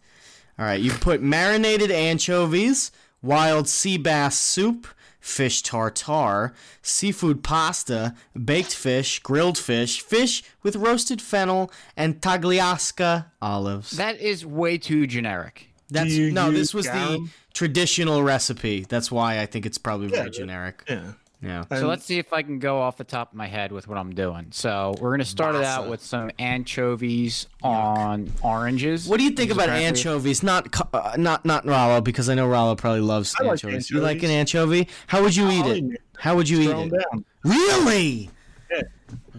All right, you put marinated anchovies, wild sea bass soup, fish tartare, seafood pasta, baked fish, grilled fish, fish with roasted fennel, and tagliasca olives. That is way too generic. That's you no, this use was the garum? traditional recipe. That's why I think it's probably very that- generic. yeah. Yeah. So And- let's see if I can go off the top of my head with what I'm doing. So we're gonna start it out with some anchovies on oranges. What do you think about apparently- anchovies? Not co- uh, not not Rallo because I know Rallo probably loves I like anchovies. You like an anchovies. anchovy? How would you eat I'll it? eat it. How would you eat throw it? 'em down. Really? Yeah.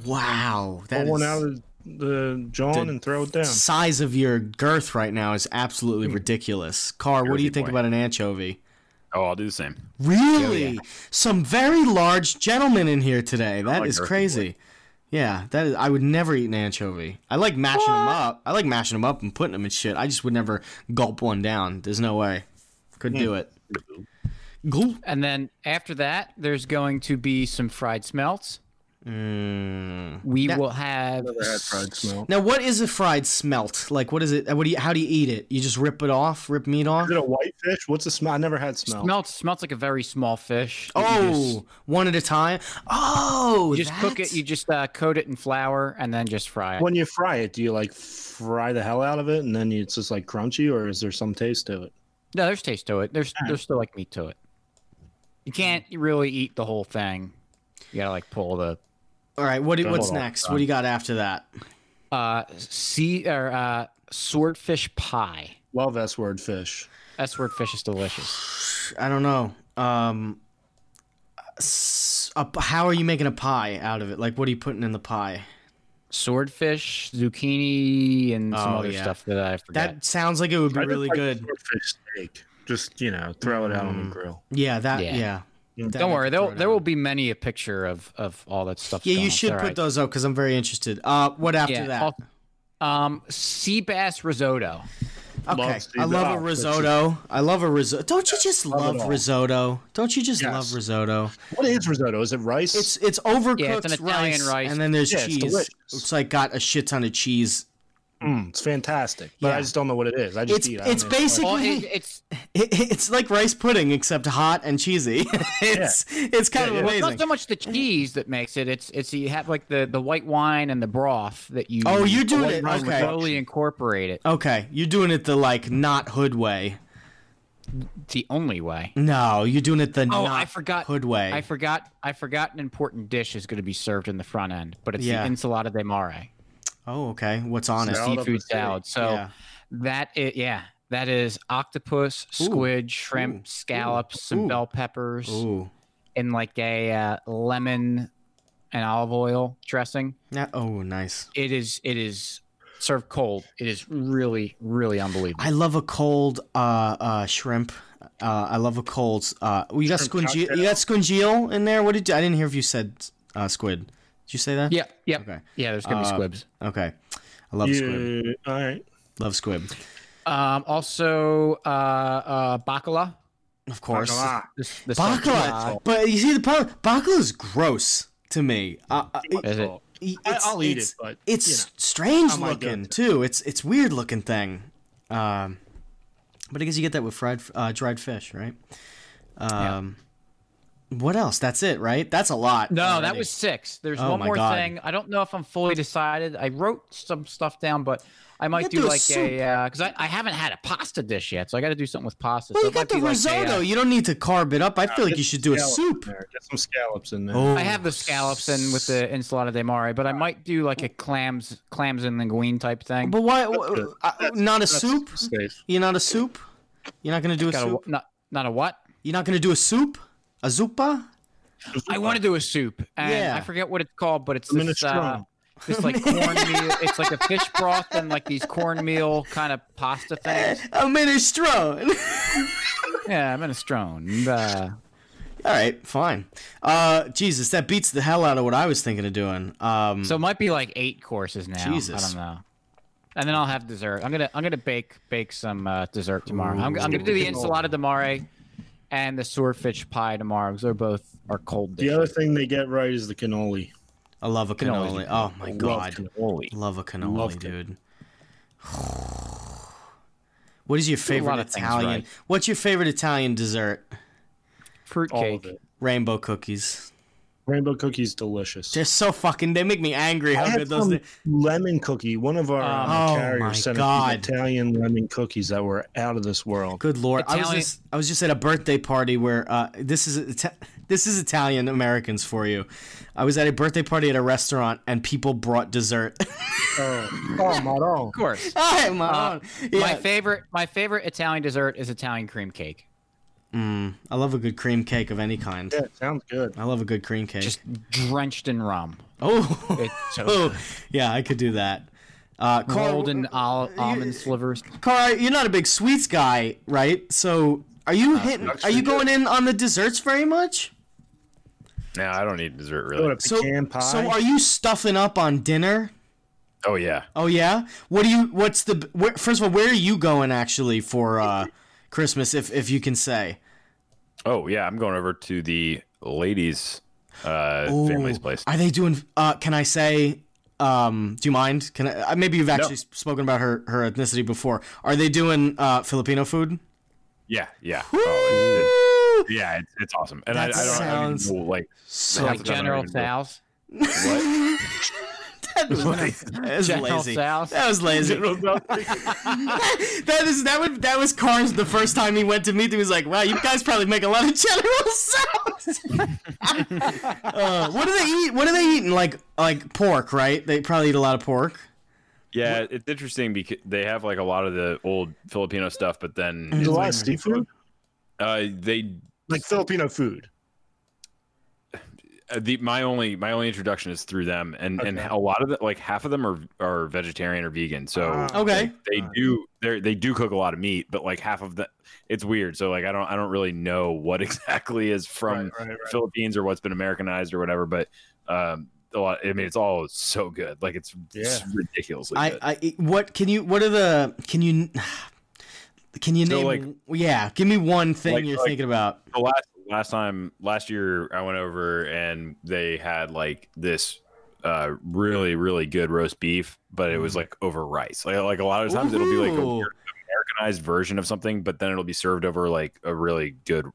Wow. That Pull one out is, of the jaw The- and throw it down. size of your girth right now is absolutely Hmm. ridiculous. Car, what do you Curvy think boy. about an anchovy? Oh, I'll do the same. Really? Oh, Some very large gentlemen in here today. That like is girthy crazy. Yeah, that is. I would never eat an anchovy. I like mashing them up. I like mashing them up and putting them in shit. I just would never gulp one down. There's no way. Could Hmm. do it. Gulp. And then after that, there's going to be some fried smelts. Mm. We That- will have Never had fried smelt. Now, what is a fried smelt? Like, what is it? What do you? How do you eat it? You just rip it off, rip meat off. Is it a whitefish? What's the smell? I never had smell. smelts. Smelts like a very small fish. You Oh, just- one at a time. Oh, you just, cook that's- it. You just uh, coat it in flour and then just fry it. When you fry it, do you like fry the hell out of it and then it's just like crunchy, or is there some taste to it? No, there's taste to it. There's there's still like meat to it. You can't Mm. really eat the whole thing. You gotta like pull the All right. What? do- Hold What's on. next? What do you got after that? uh sea or uh swordfish pie. Love S word fish. That swordfish is delicious. I don't know. Um, s- a p- how are you making a pie out of it? Like, what are you putting in the pie? Swordfish, zucchini, and some Oh, other yeah. stuff that I That forget. sounds like it would be I just really like good. Mm. Swordfish steak. Just you know, throw it out on the grill. Yeah, that. Yeah. Yeah. Don't That Don't I worry, could there throw there down. will be many a picture of of all that stuff. Yeah, you should put those out because I'm very interested. Uh, what after that? um, sea [laughs] bass risotto. okay, Love I Caesar. love Oh, a that's risotto. I love a risotto. Don't you just love it love all. risotto? Don't you just Yes. love risotto? What is risotto? Is it rice? It's it's overcooked Yeah, it's an Italian rice, rice. and then there's Yeah, it's cheese. delicious. it's like got a shit ton of cheese. Mm, it's fantastic, but Yeah. I just don't know what it is. I just It's eat. it. I it's don't know. basically Well, it, it's It, it's like rice pudding except hot and cheesy. [laughs] it's it's kind Yeah, of yeah. well, it's not amazing. so much the cheese that makes it. It's it's you have like the the white wine and the broth that you. Oh, you're doing slowly- it, okay. Slowly incorporate it. Okay, you're doing it the like not hood way. It's the only way. No, you're doing it the Oh, not I forgot. hood way. I forgot. I forgot an important dish is going to be served in the front end, but it's Yeah. the insalata de mare, oh, okay. What's on it? the Salad of the seafood sea. salad. So Yeah. that is, yeah, that is octopus, squid, shrimp, ooh, scallops, some ooh. bell peppers, Ooh. and like a uh, lemon and olive oil dressing. Yeah, oh, nice. It is. It is served cold. It is really, really unbelievable. I love a cold uh, uh, shrimp. Uh, I love a cold. Uh, well, you got Shrimp squid. You cocktail. got squingeal in there. What did you, I didn't hear if you said uh, squid? Did you say that? yeah. Yeah. Okay. Yeah. There's gonna be Uh, squibs. Okay. I love squid. You- all right. Love squid. Um, also, uh, uh, bacala. of course. Bacala. This, this Bacala, but you see the problem. Bacala is gross to me. Uh, uh, it- Is it? it's- I'll eat it's- it, but it's you know, strange I'm not looking going to. too. It's it's weird looking thing. Um, but I guess you get that with fried uh, dried fish, right? Um, What else? That's it, right? That's a lot. No, that already. was six. There's Oh one my more God. thing. I don't know if I'm fully decided. I wrote some stuff down, but I might could do do a like soup. a because I, I haven't had a pasta dish yet, so I got to do something with pasta. Well, so you it got might the be like a, risotto. uh, you don't need to carb it up. I feel like you should do a scallops soup. in there. Get some scallops in there. Oh, I have the scallops in with the enchilada de mare, but I might do like a clams clams and linguine type thing. But why? good. uh, not a That's soup? safe. You're not a soup. You're not gonna do a Got a, soup. not not a what? You're not gonna do a soup. A zuppa. I want to do a soup, and Yeah. I forget what it's called, but it's I'm in this, a uh, strong. this like cornmeal. It's like a fish broth and like these cornmeal kind of pasta things. A minestrone. Yeah, minestrone. Uh, All right, fine. Uh, Jesus, that beats the hell out of what I was thinking of doing. Um, So it might be like eight courses now. I Jesus. don't know. And then I'll have dessert. I'm gonna I'm gonna bake bake some uh, dessert tomorrow. I'm, I'm gonna do the enchilada de mare and the swordfish pie tomorrow because they're both are cold The dishes. other thing they get right is the cannoli. I love a cannoli. Oh my god, Love cannoli. love a cannoli, Love cannoli. dude. [sighs] What is your favorite lot of things Italian? right. What's your favorite Italian dessert? Fruit All of cake. it. Rainbow cookies. Rainbow cookies delicious. They're so fucking. They make me angry. I How had good those? some thi- lemon cookie. One of our Um, uh, Oh my carriers sent God. us these Italian lemon cookies that were out of this world. Good lord! I Italian- was just I was just at a birthday party where uh, this is Ita- this is Italian Americans for you. I was at a birthday party at a restaurant and people brought dessert. [laughs] Oh, oh Of course. I'm on. Yeah. Uh, My favorite my favorite Italian dessert is Italian cream cake. Mm, I love a good cream cake of any kind. Yeah, sounds good. I love a good cream cake. Just drenched in rum. [laughs] oh, It's so oh, yeah, I could do that. Uh, Carl, rolled in al- almond slivers. Carl, you're not a big sweets guy, right? So are Uh, you hitting? Are you going in on the desserts very much? No, I don't need dessert What really. a So, pecan pie. so are you stuffing up on dinner? Oh yeah. Oh yeah. What do you? What's the? Where, first of all, where are you going actually for uh, Christmas, if if you can say? Oh yeah. I'm going over to the ladies' uh, Ooh, family's place. Are they doing? Uh, can I say? Um, do you mind? Can I? uh, Maybe you've actually s- spoken about her her ethnicity before. Are they doing uh, Filipino food? Yeah, yeah. Oh, it- it- yeah, it's, it's awesome. And I, I That don't, I don't even sounds- know, like So Half Like the time I General don't even know. Sal's. what. [laughs] [laughs] that was, that was General lazy. Tso's. That was lazy. [laughs] that is that was that was Carnes the first time he went to meet them. He was like, "Wow, you guys probably make a lot of General Tso's." [laughs] uh, what do they eat? What are they eating? Like like pork, right? They probably eat a lot of pork. Yeah, it's interesting because they have like a lot of the old Filipino stuff, but then There's Mm-hmm. a lot of seafood, uh, they like Filipino food. uh, the my only my only introduction is through them, and and Okay. a lot of the like half of them are are vegetarian or vegan, so Ah. Okay. they do they they do cook a lot of meat, but like half of the it's weird. So like I don't I don't really know what [laughs] exactly is from right, right, right. Philippines or what's been Americanized or whatever, but um, a lot. I mean, it's all so good. Like it's it's ridiculously I, good. I what can you what are the can you can you So, name like- yeah give me one thing Like- you're like- thinking about the last last time last year I went over and they had like this uh really really good roast beef, but it Mm. was like over rice. Like like a lot of times it'll be like a Ooh. weird Americanized version of something, but then it'll be served over like a really good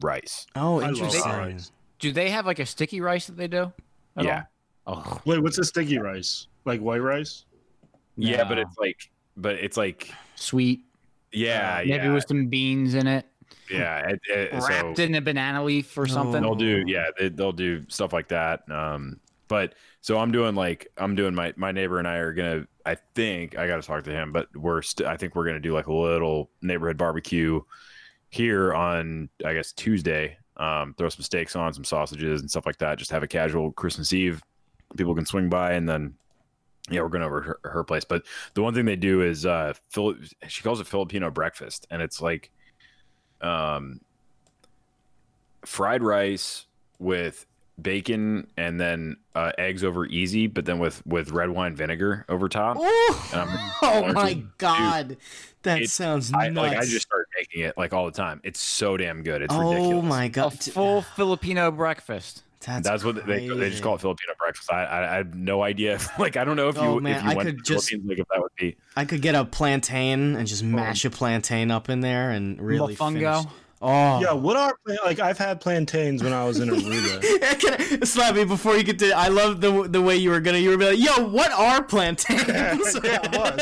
rice. oh I love interesting rice. Do they have like a sticky rice that they do? at Yeah. all? Oh, Wait, what's a sticky rice? Like white rice? Yeah, but No. it's like but it's like sweet. yeah, Maybe yeah, with some beans in it. yeah. It, it, so wrapped in a banana leaf Oh. or something. they'll do yeah, they, they'll do stuff like that. Um but so I'm doing like I'm doing my my neighbor and I are gonna I think I got to talk to him, but we're st- I think we're gonna do like a little neighborhood barbecue here on I guess Tuesday. Um, throw some steaks on, some sausages and stuff like that. Just have a casual Christmas Eve. People can swing by and then yeah, we're going over to her, her place. But the one thing they do is uh, Phil- she calls it Filipino breakfast, and it's like um, fried rice with bacon and then uh, eggs over easy, but then with with red wine vineger over top. oh, [laughs] And I'm oh allergic my to- god that It's- sounds I, nuts like I just started making it like all the time. It's so damn good. It's oh ridiculous. my A god, full Filipino breakfast. that's, That's, what they, they crazy. just call it Filipino breakfast. I, I I have no idea. [laughs] like I don't know if you Oh, if man, you I went could to the just- Philippines, like if that would be I could get a plantain and just mash a plantain up in there and really Mofongo. finish- Oh, Yeah, what are pla- like I've had plantains when I was in Aruba. [laughs] [laughs] Can I- Slappy, before you get to, I love the the way you were gonna. You were like, "Yo, what are [laughs] plantains?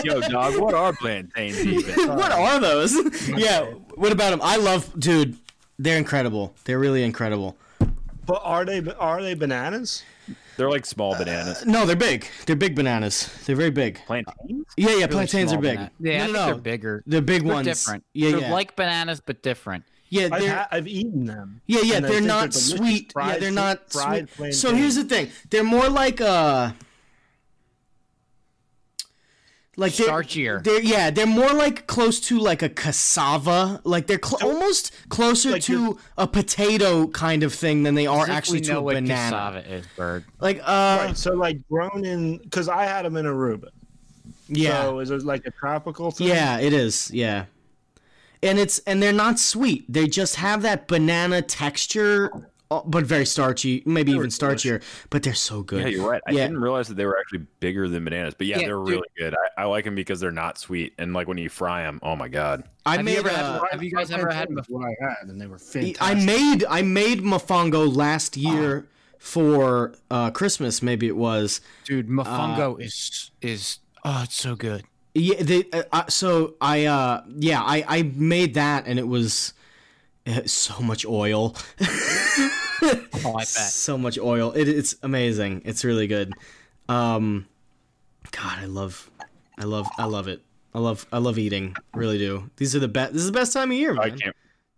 yo dog. What are plantains? even? [laughs] what are those? yeah, what about them? I love, dude. They're incredible. They're really incredible. But are they are they bananas? They're like small bananas. No, they're big. They're big bananas. They're very big. Plantains? Yeah, yeah. plantains are big. Yeah, no, I think no, they're no. bigger. They're big They're ones. different. Yeah, they're yeah. like bananas but different. yeah, I've, they're, ha- I've eaten them. Yeah, yeah, And I they're think not delicious sweet. yeah, fried they're fl- not fried sweet. plantains. So here's the thing: they're more like uh, like they're, Starchier. They're yeah, they're more like close to like a cassava. Like they're cl- almost closer like to a potato kind of thing than they are As if actually we to know a what banana. cassava is, bird. Like uh, Right, so like grown in because I had them in Aruba. yeah, So is it like a tropical thing? yeah, it is. Yeah. And it's and they're not sweet. They just have that banana texture, uh, but very starchy, maybe even starchier. But they're so good. Yeah, you're right. I Yeah. didn't realize that they were actually bigger than bananas. But yeah, Yeah, they're dude. really good. I, I like them because they're not sweet. And like when you fry them, oh my god. I Have you made ever had a- one? Have you guys ever had That's what I had, and they were fantastic. I made I made mofongo Ah. last year for uh, Christmas. Maybe it was. Dude, mofongo is is oh, it's so good. Yeah. They, uh, uh, so I uh, yeah I I made that and it was uh, so much oil, Oh, [laughs] I bet. so much oil. It, it's amazing. It's really good. Um, God, I love, I love, I love it. I love, I love eating. Really do. These are the best. This is the best time of year, man. I can't.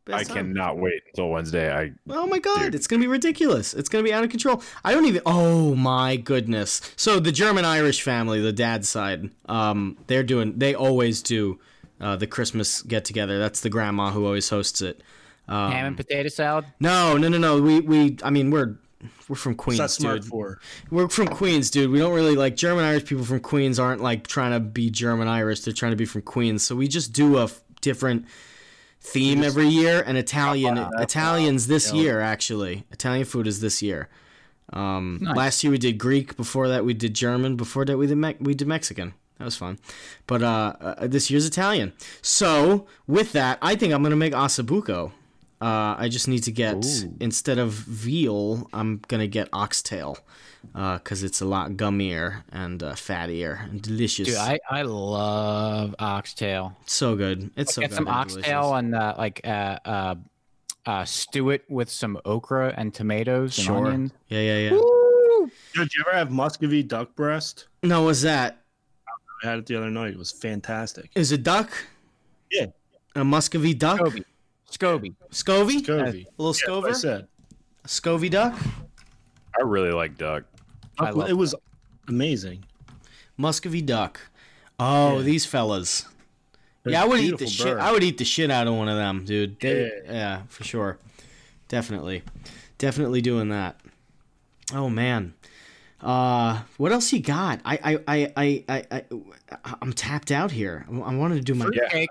I Best time. cannot wait until Wednesday. I Oh my god, Dude. it's gonna be ridiculous. It's gonna be out of control. I don't even. Oh my goodness. So the German Irish family, the dad's side, um, they're doing. They always do uh, the Christmas get together. That's the grandma who always hosts it. Ham um, and potato salad. No, no, no, no. We we. I mean, we're we're from Queens, It's not smart dude. for. We're from Queens, dude. We don't really like German Irish people from Queens aren't like trying to be German Irish. They're trying to be from Queens. So we just do a f- different theme every year. And Italian Italians this year actually. Italian food is this year. Um, Nice. Last year we did Greek. Before that we did German. Before that we did Me- we did Mexican. That was fun. But uh, uh, this year's Italian. So with that, I think I'm gonna make asabuco. Uh, I just need to get instead of veal, I'm gonna get oxtail because it's a lot gummier and uh, fattier and delicious. Dude, I, I love oxtail. so good. It's so Get good. some and oxtail and uh, like uh, uh, uh, stew it with some okra and tomatoes delicious. and Sure. onions. Yeah, yeah, yeah. Yo, Did you ever have Muscovy duck breast? No, was that I had it the other night. It was fantastic. is a duck? Yeah. A Muscovy duck? Scoby. Scoby. Scovy? Scovy. A little That's what I scover? said. A Scovy duck? I really like duck. I love it was amazing. Muscovy duck. Oh, Yeah. these fellas. They're yeah, I would eat the beautiful shit. birds. I would eat the shit out of one of them, dude. They- yeah. Yeah. for sure. Definitely, definitely doing that. Oh man, uh, what else you got? I I I I I, I I'm tapped out here. I- I wanted to do my. Cake.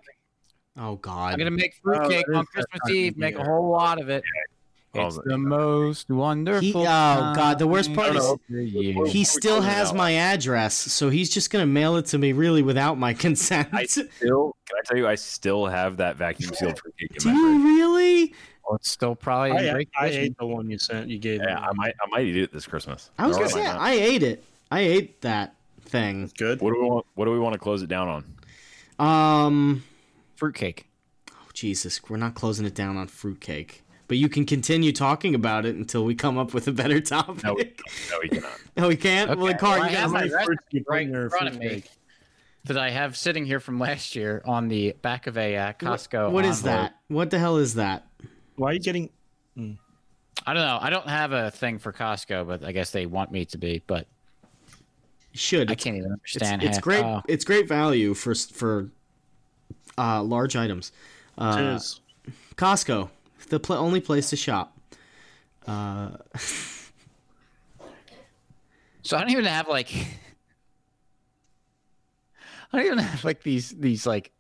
Oh God. I'm gonna make fruitcake it on is that Christmas time of Eve. Make a year. whole lot of it. Oh It's my the most wonderful. He- oh, God, the worst part is- is he still has my address, so he's just gonna mail it to me, really, without my [laughs] consent. I still can I tell you I still have that vacuum sealed for cake Do in my fridge. you really? it's still probably in I, great I condition. ate the one you sent. You gave Yeah, me. I might I might eat it this Christmas. I was Or gonna say might not. I ate it. I ate that thing. Good. What do we want what do we want to close it down on? Um. oh, fruitcake. Jesus, we're not closing it down on fruitcake. But you can continue talking about it until we come up with a better [laughs] topic. No, we, no, we cannot. No, we can't. Okay, Well, Carl, well, I you have gotta- my many recipe fruits do you put right in in your front of me fruitcake? that I have sitting here from last year on the back of a uh, Costco. what is envelope. that? What the hell is that? Why are you getting? I don't know. I don't have a thing for Costco, but I guess they want me to be. But You should. I It's- can't even It's, understand. it's half- great. oh. It's great value for s- for uh, large items. It Uh, is. Costco, the pl- only place to shop. Uh, So I don't even have like [laughs] I don't even have like these these like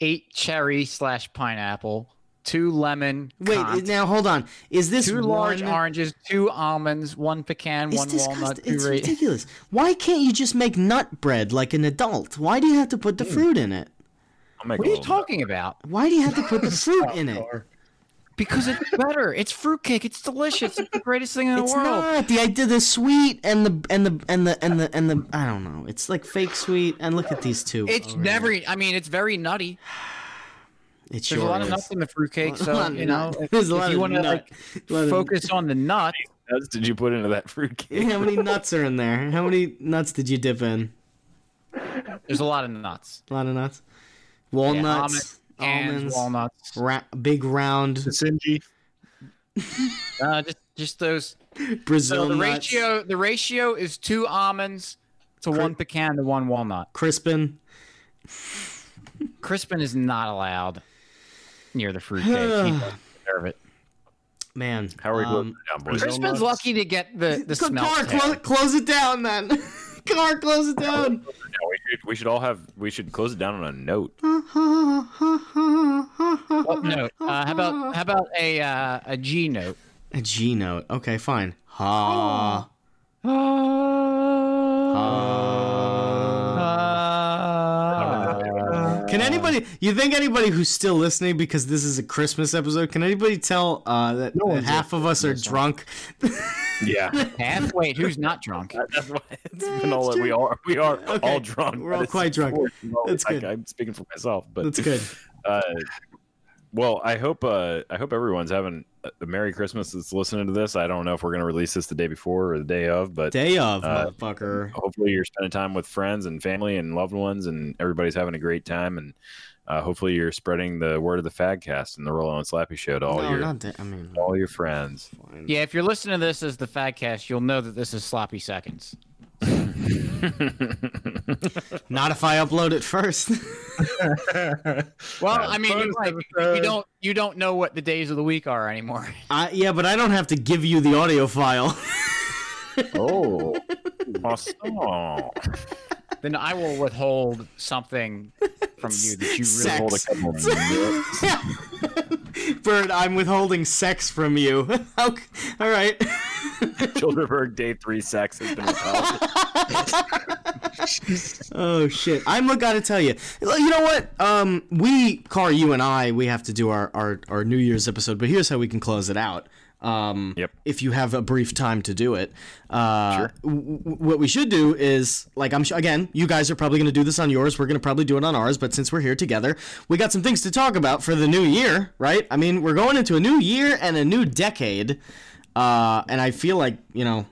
eight cherry slash pineapple, two lemon. Wait, conch, now hold on. Is this two large one- oranges, two almonds, one pecan, It's one walnut, disgusting. two It's [laughs] ra- ridiculous. Why can't you just make nut bread like an adult? Why do you have to put the Hmm. fruit in it? I'll make What a are you little- talking about? Why do you have to [laughs] put the fruit in it? Because it's better. It's fruitcake. It's delicious. It's the greatest thing in the It's world. not the idea. The sweet and the and the and the and the and the I don't know. It's like fake sweet. And look at these two. It's over here. never. I mean, it's very nutty. It There's sure a lot is. of nuts in the fruitcake, [laughs] A lot so of you know, nut. if, There's a if lot you of want to nut. like A lot of- focus on the nut, nuts did you put into that [laughs] fruitcake? How many nuts are in there? How many nuts did you dip in? there's a lot of nuts. A lot of nuts. Yeah, Walnuts, almonds, almonds, cans, walnuts. ra- big round Sinji. Uh, just, just those. Brazil So the nuts. ratio, the ratio is two almonds to one pecan to one walnut. Crispin. Crispin is not allowed near the fruitcake. he doesn't deserve it. Man, How are we um, um, down, boys? Chris- Crispin's nuts. lucky to get the the smell. Car, close, close it down, [laughs] then. Car, close it down. Yeah, we, should, we should all have. We should close it down on a note. note. Uh, how about how about a uh, a G [gasps] note? A G note. Okay, fine. Ha. Uh, Oh. Ha. uh, Can anybody? You think anybody who's still listening because this is a Christmas episode? Can anybody tell uh, that, No that one's half of us are drunk? Yeah, [laughs] Half- wait, who's not [laughs] drunk? that's why [laughs] it's been all that we are. We are Okay, all drunk. we're all That is quite drunk. unfortunate. That's I, good. I'm speaking for myself, but That's good. Uh, [laughs] well, I hope uh, I hope everyone's having a Merry Christmas that's listening to this. I don't know if we're going to release this the day before or the day of, but Day of, Uh, motherfucker. hopefully you're spending time with friends and family and loved ones, and everybody's having a great time. And uh, hopefully you're spreading the word of the Fadcast and the Rollo and Slappy Show to all no, your not day. I mean, all [laughs] your friends. fine. Yeah, if you're listening to this as the Fadcast, you'll know that this is sloppy seconds. Not if I upload it first. [laughs] Well, I mean, you're bonus right. episode. You don't you don't know what the days of the week are anymore. [laughs] I, yeah, but I don't have to give you the audio file. oh, awesome. Then I will withhold something from you that you really Sex. Hold a couple of minutes. [laughs] Bird, I'm withholding sex from you. [laughs] Okay, All right. Childerberg Day Three sex has been withheld. Oh shit. I'm got to tell you. You know what? Um, we, Car, you and I, we have to do our our, our New Year's episode. But here's how we can close it out. Um, [laughs] Yep. If you have a brief time to do it, uh, Sure. w- w- what we should do is like I'm su- again. You guys are probably going to do this on yours. We're going to probably do it on ours. But since we're here together, we got some things to talk about for the new year, right? I mean, we're going into a new year and a new decade, uh, and I feel like you know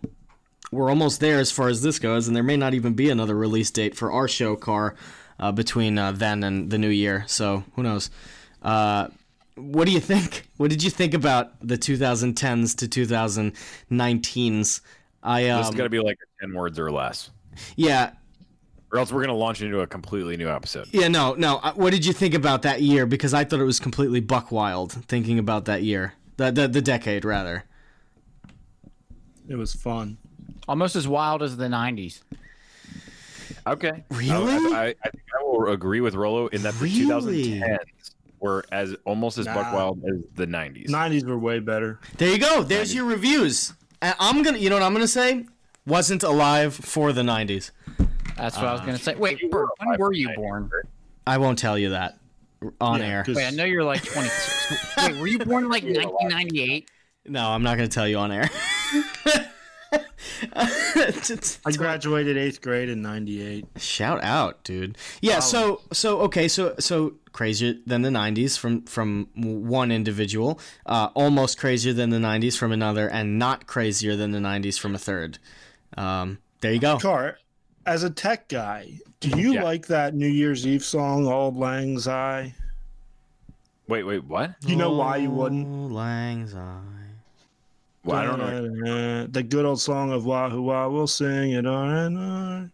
we're almost there as far as this goes, and there may not even be another release date for our show car uh, between uh, then and the new year. So who knows? Uh, what do you think? What did you think about the 2010s to 2019s? I This is um, going to be like ten words or less. yeah or else we're going to launch into a completely new episode. yeah no no. Uh, What did you think about that year? Because I thought it was completely buck wild thinking about that year, the the, the decade rather. [laughs] It was fun. almost as wild as the '90s. Okay. Really? Oh, I, I, I think I will agree with Rolo in that the Really? 2010s were as almost as Nah. buckwild as the 90s. 90s were way better. There you go. There's your reviews. And I'm gonna. You know what I'm gonna say? Wasn't alive for the 90s. That's what I was gonna say. Uh, Wait, were Bert, when alive were in you the born? I won't tell you that on Yeah, air. 'cause- Wait, I know you're like 26. Wait, were you born [laughs] like 1998? No, I'm not going to tell you on air. [laughs] I graduated eighth grade in '98. Shout out, dude. Yeah, so so okay, so so crazier than the 90s from from one individual, uh almost crazier than the 90s from another and not crazier than the 90s from a third. Um there you go. Car, as a tech guy, do you Yeah. like that New Year's Eve song, "Old Lang Syne"? Wait, wait, what? You know why Oh. you wouldn't? Auld Lang Syne. Well, I don't know. The good old song of Wahoo Wah, we'll sing it on and on.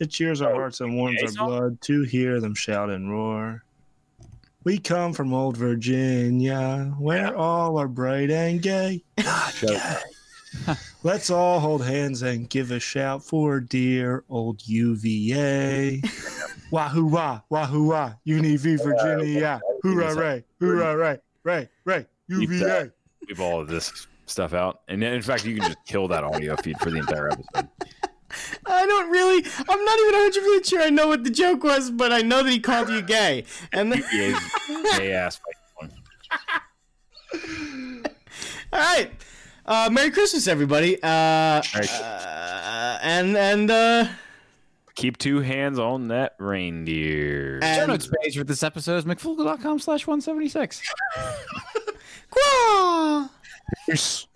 It cheers our hearts and warms PA our Oh, song? blood to hear them shout and roar. We come from old Virginia, where all are bright and gay. Let's all [laughs] hold hands and give a shout for dear old UVA. Wah hoo wah, wah hoo wah, UNIV Virginia, hoorah ray, hoorah ray, ray ray, UVA. Leave all of this stuff out, and in fact, you can just kill that audio feed for the entire episode. [laughs] I don't really. I'm not even 100 percent sure I know what the joke was, but I know that he called you gay, and then, Yeah, gay ass. fucking one. all right. Uh, Merry Christmas, everybody. Uh, Alright, uh, and and uh, Keep two hands on that reindeer. Show and notes page for this episode is mcfugel.com slash 176. Quah! Peace.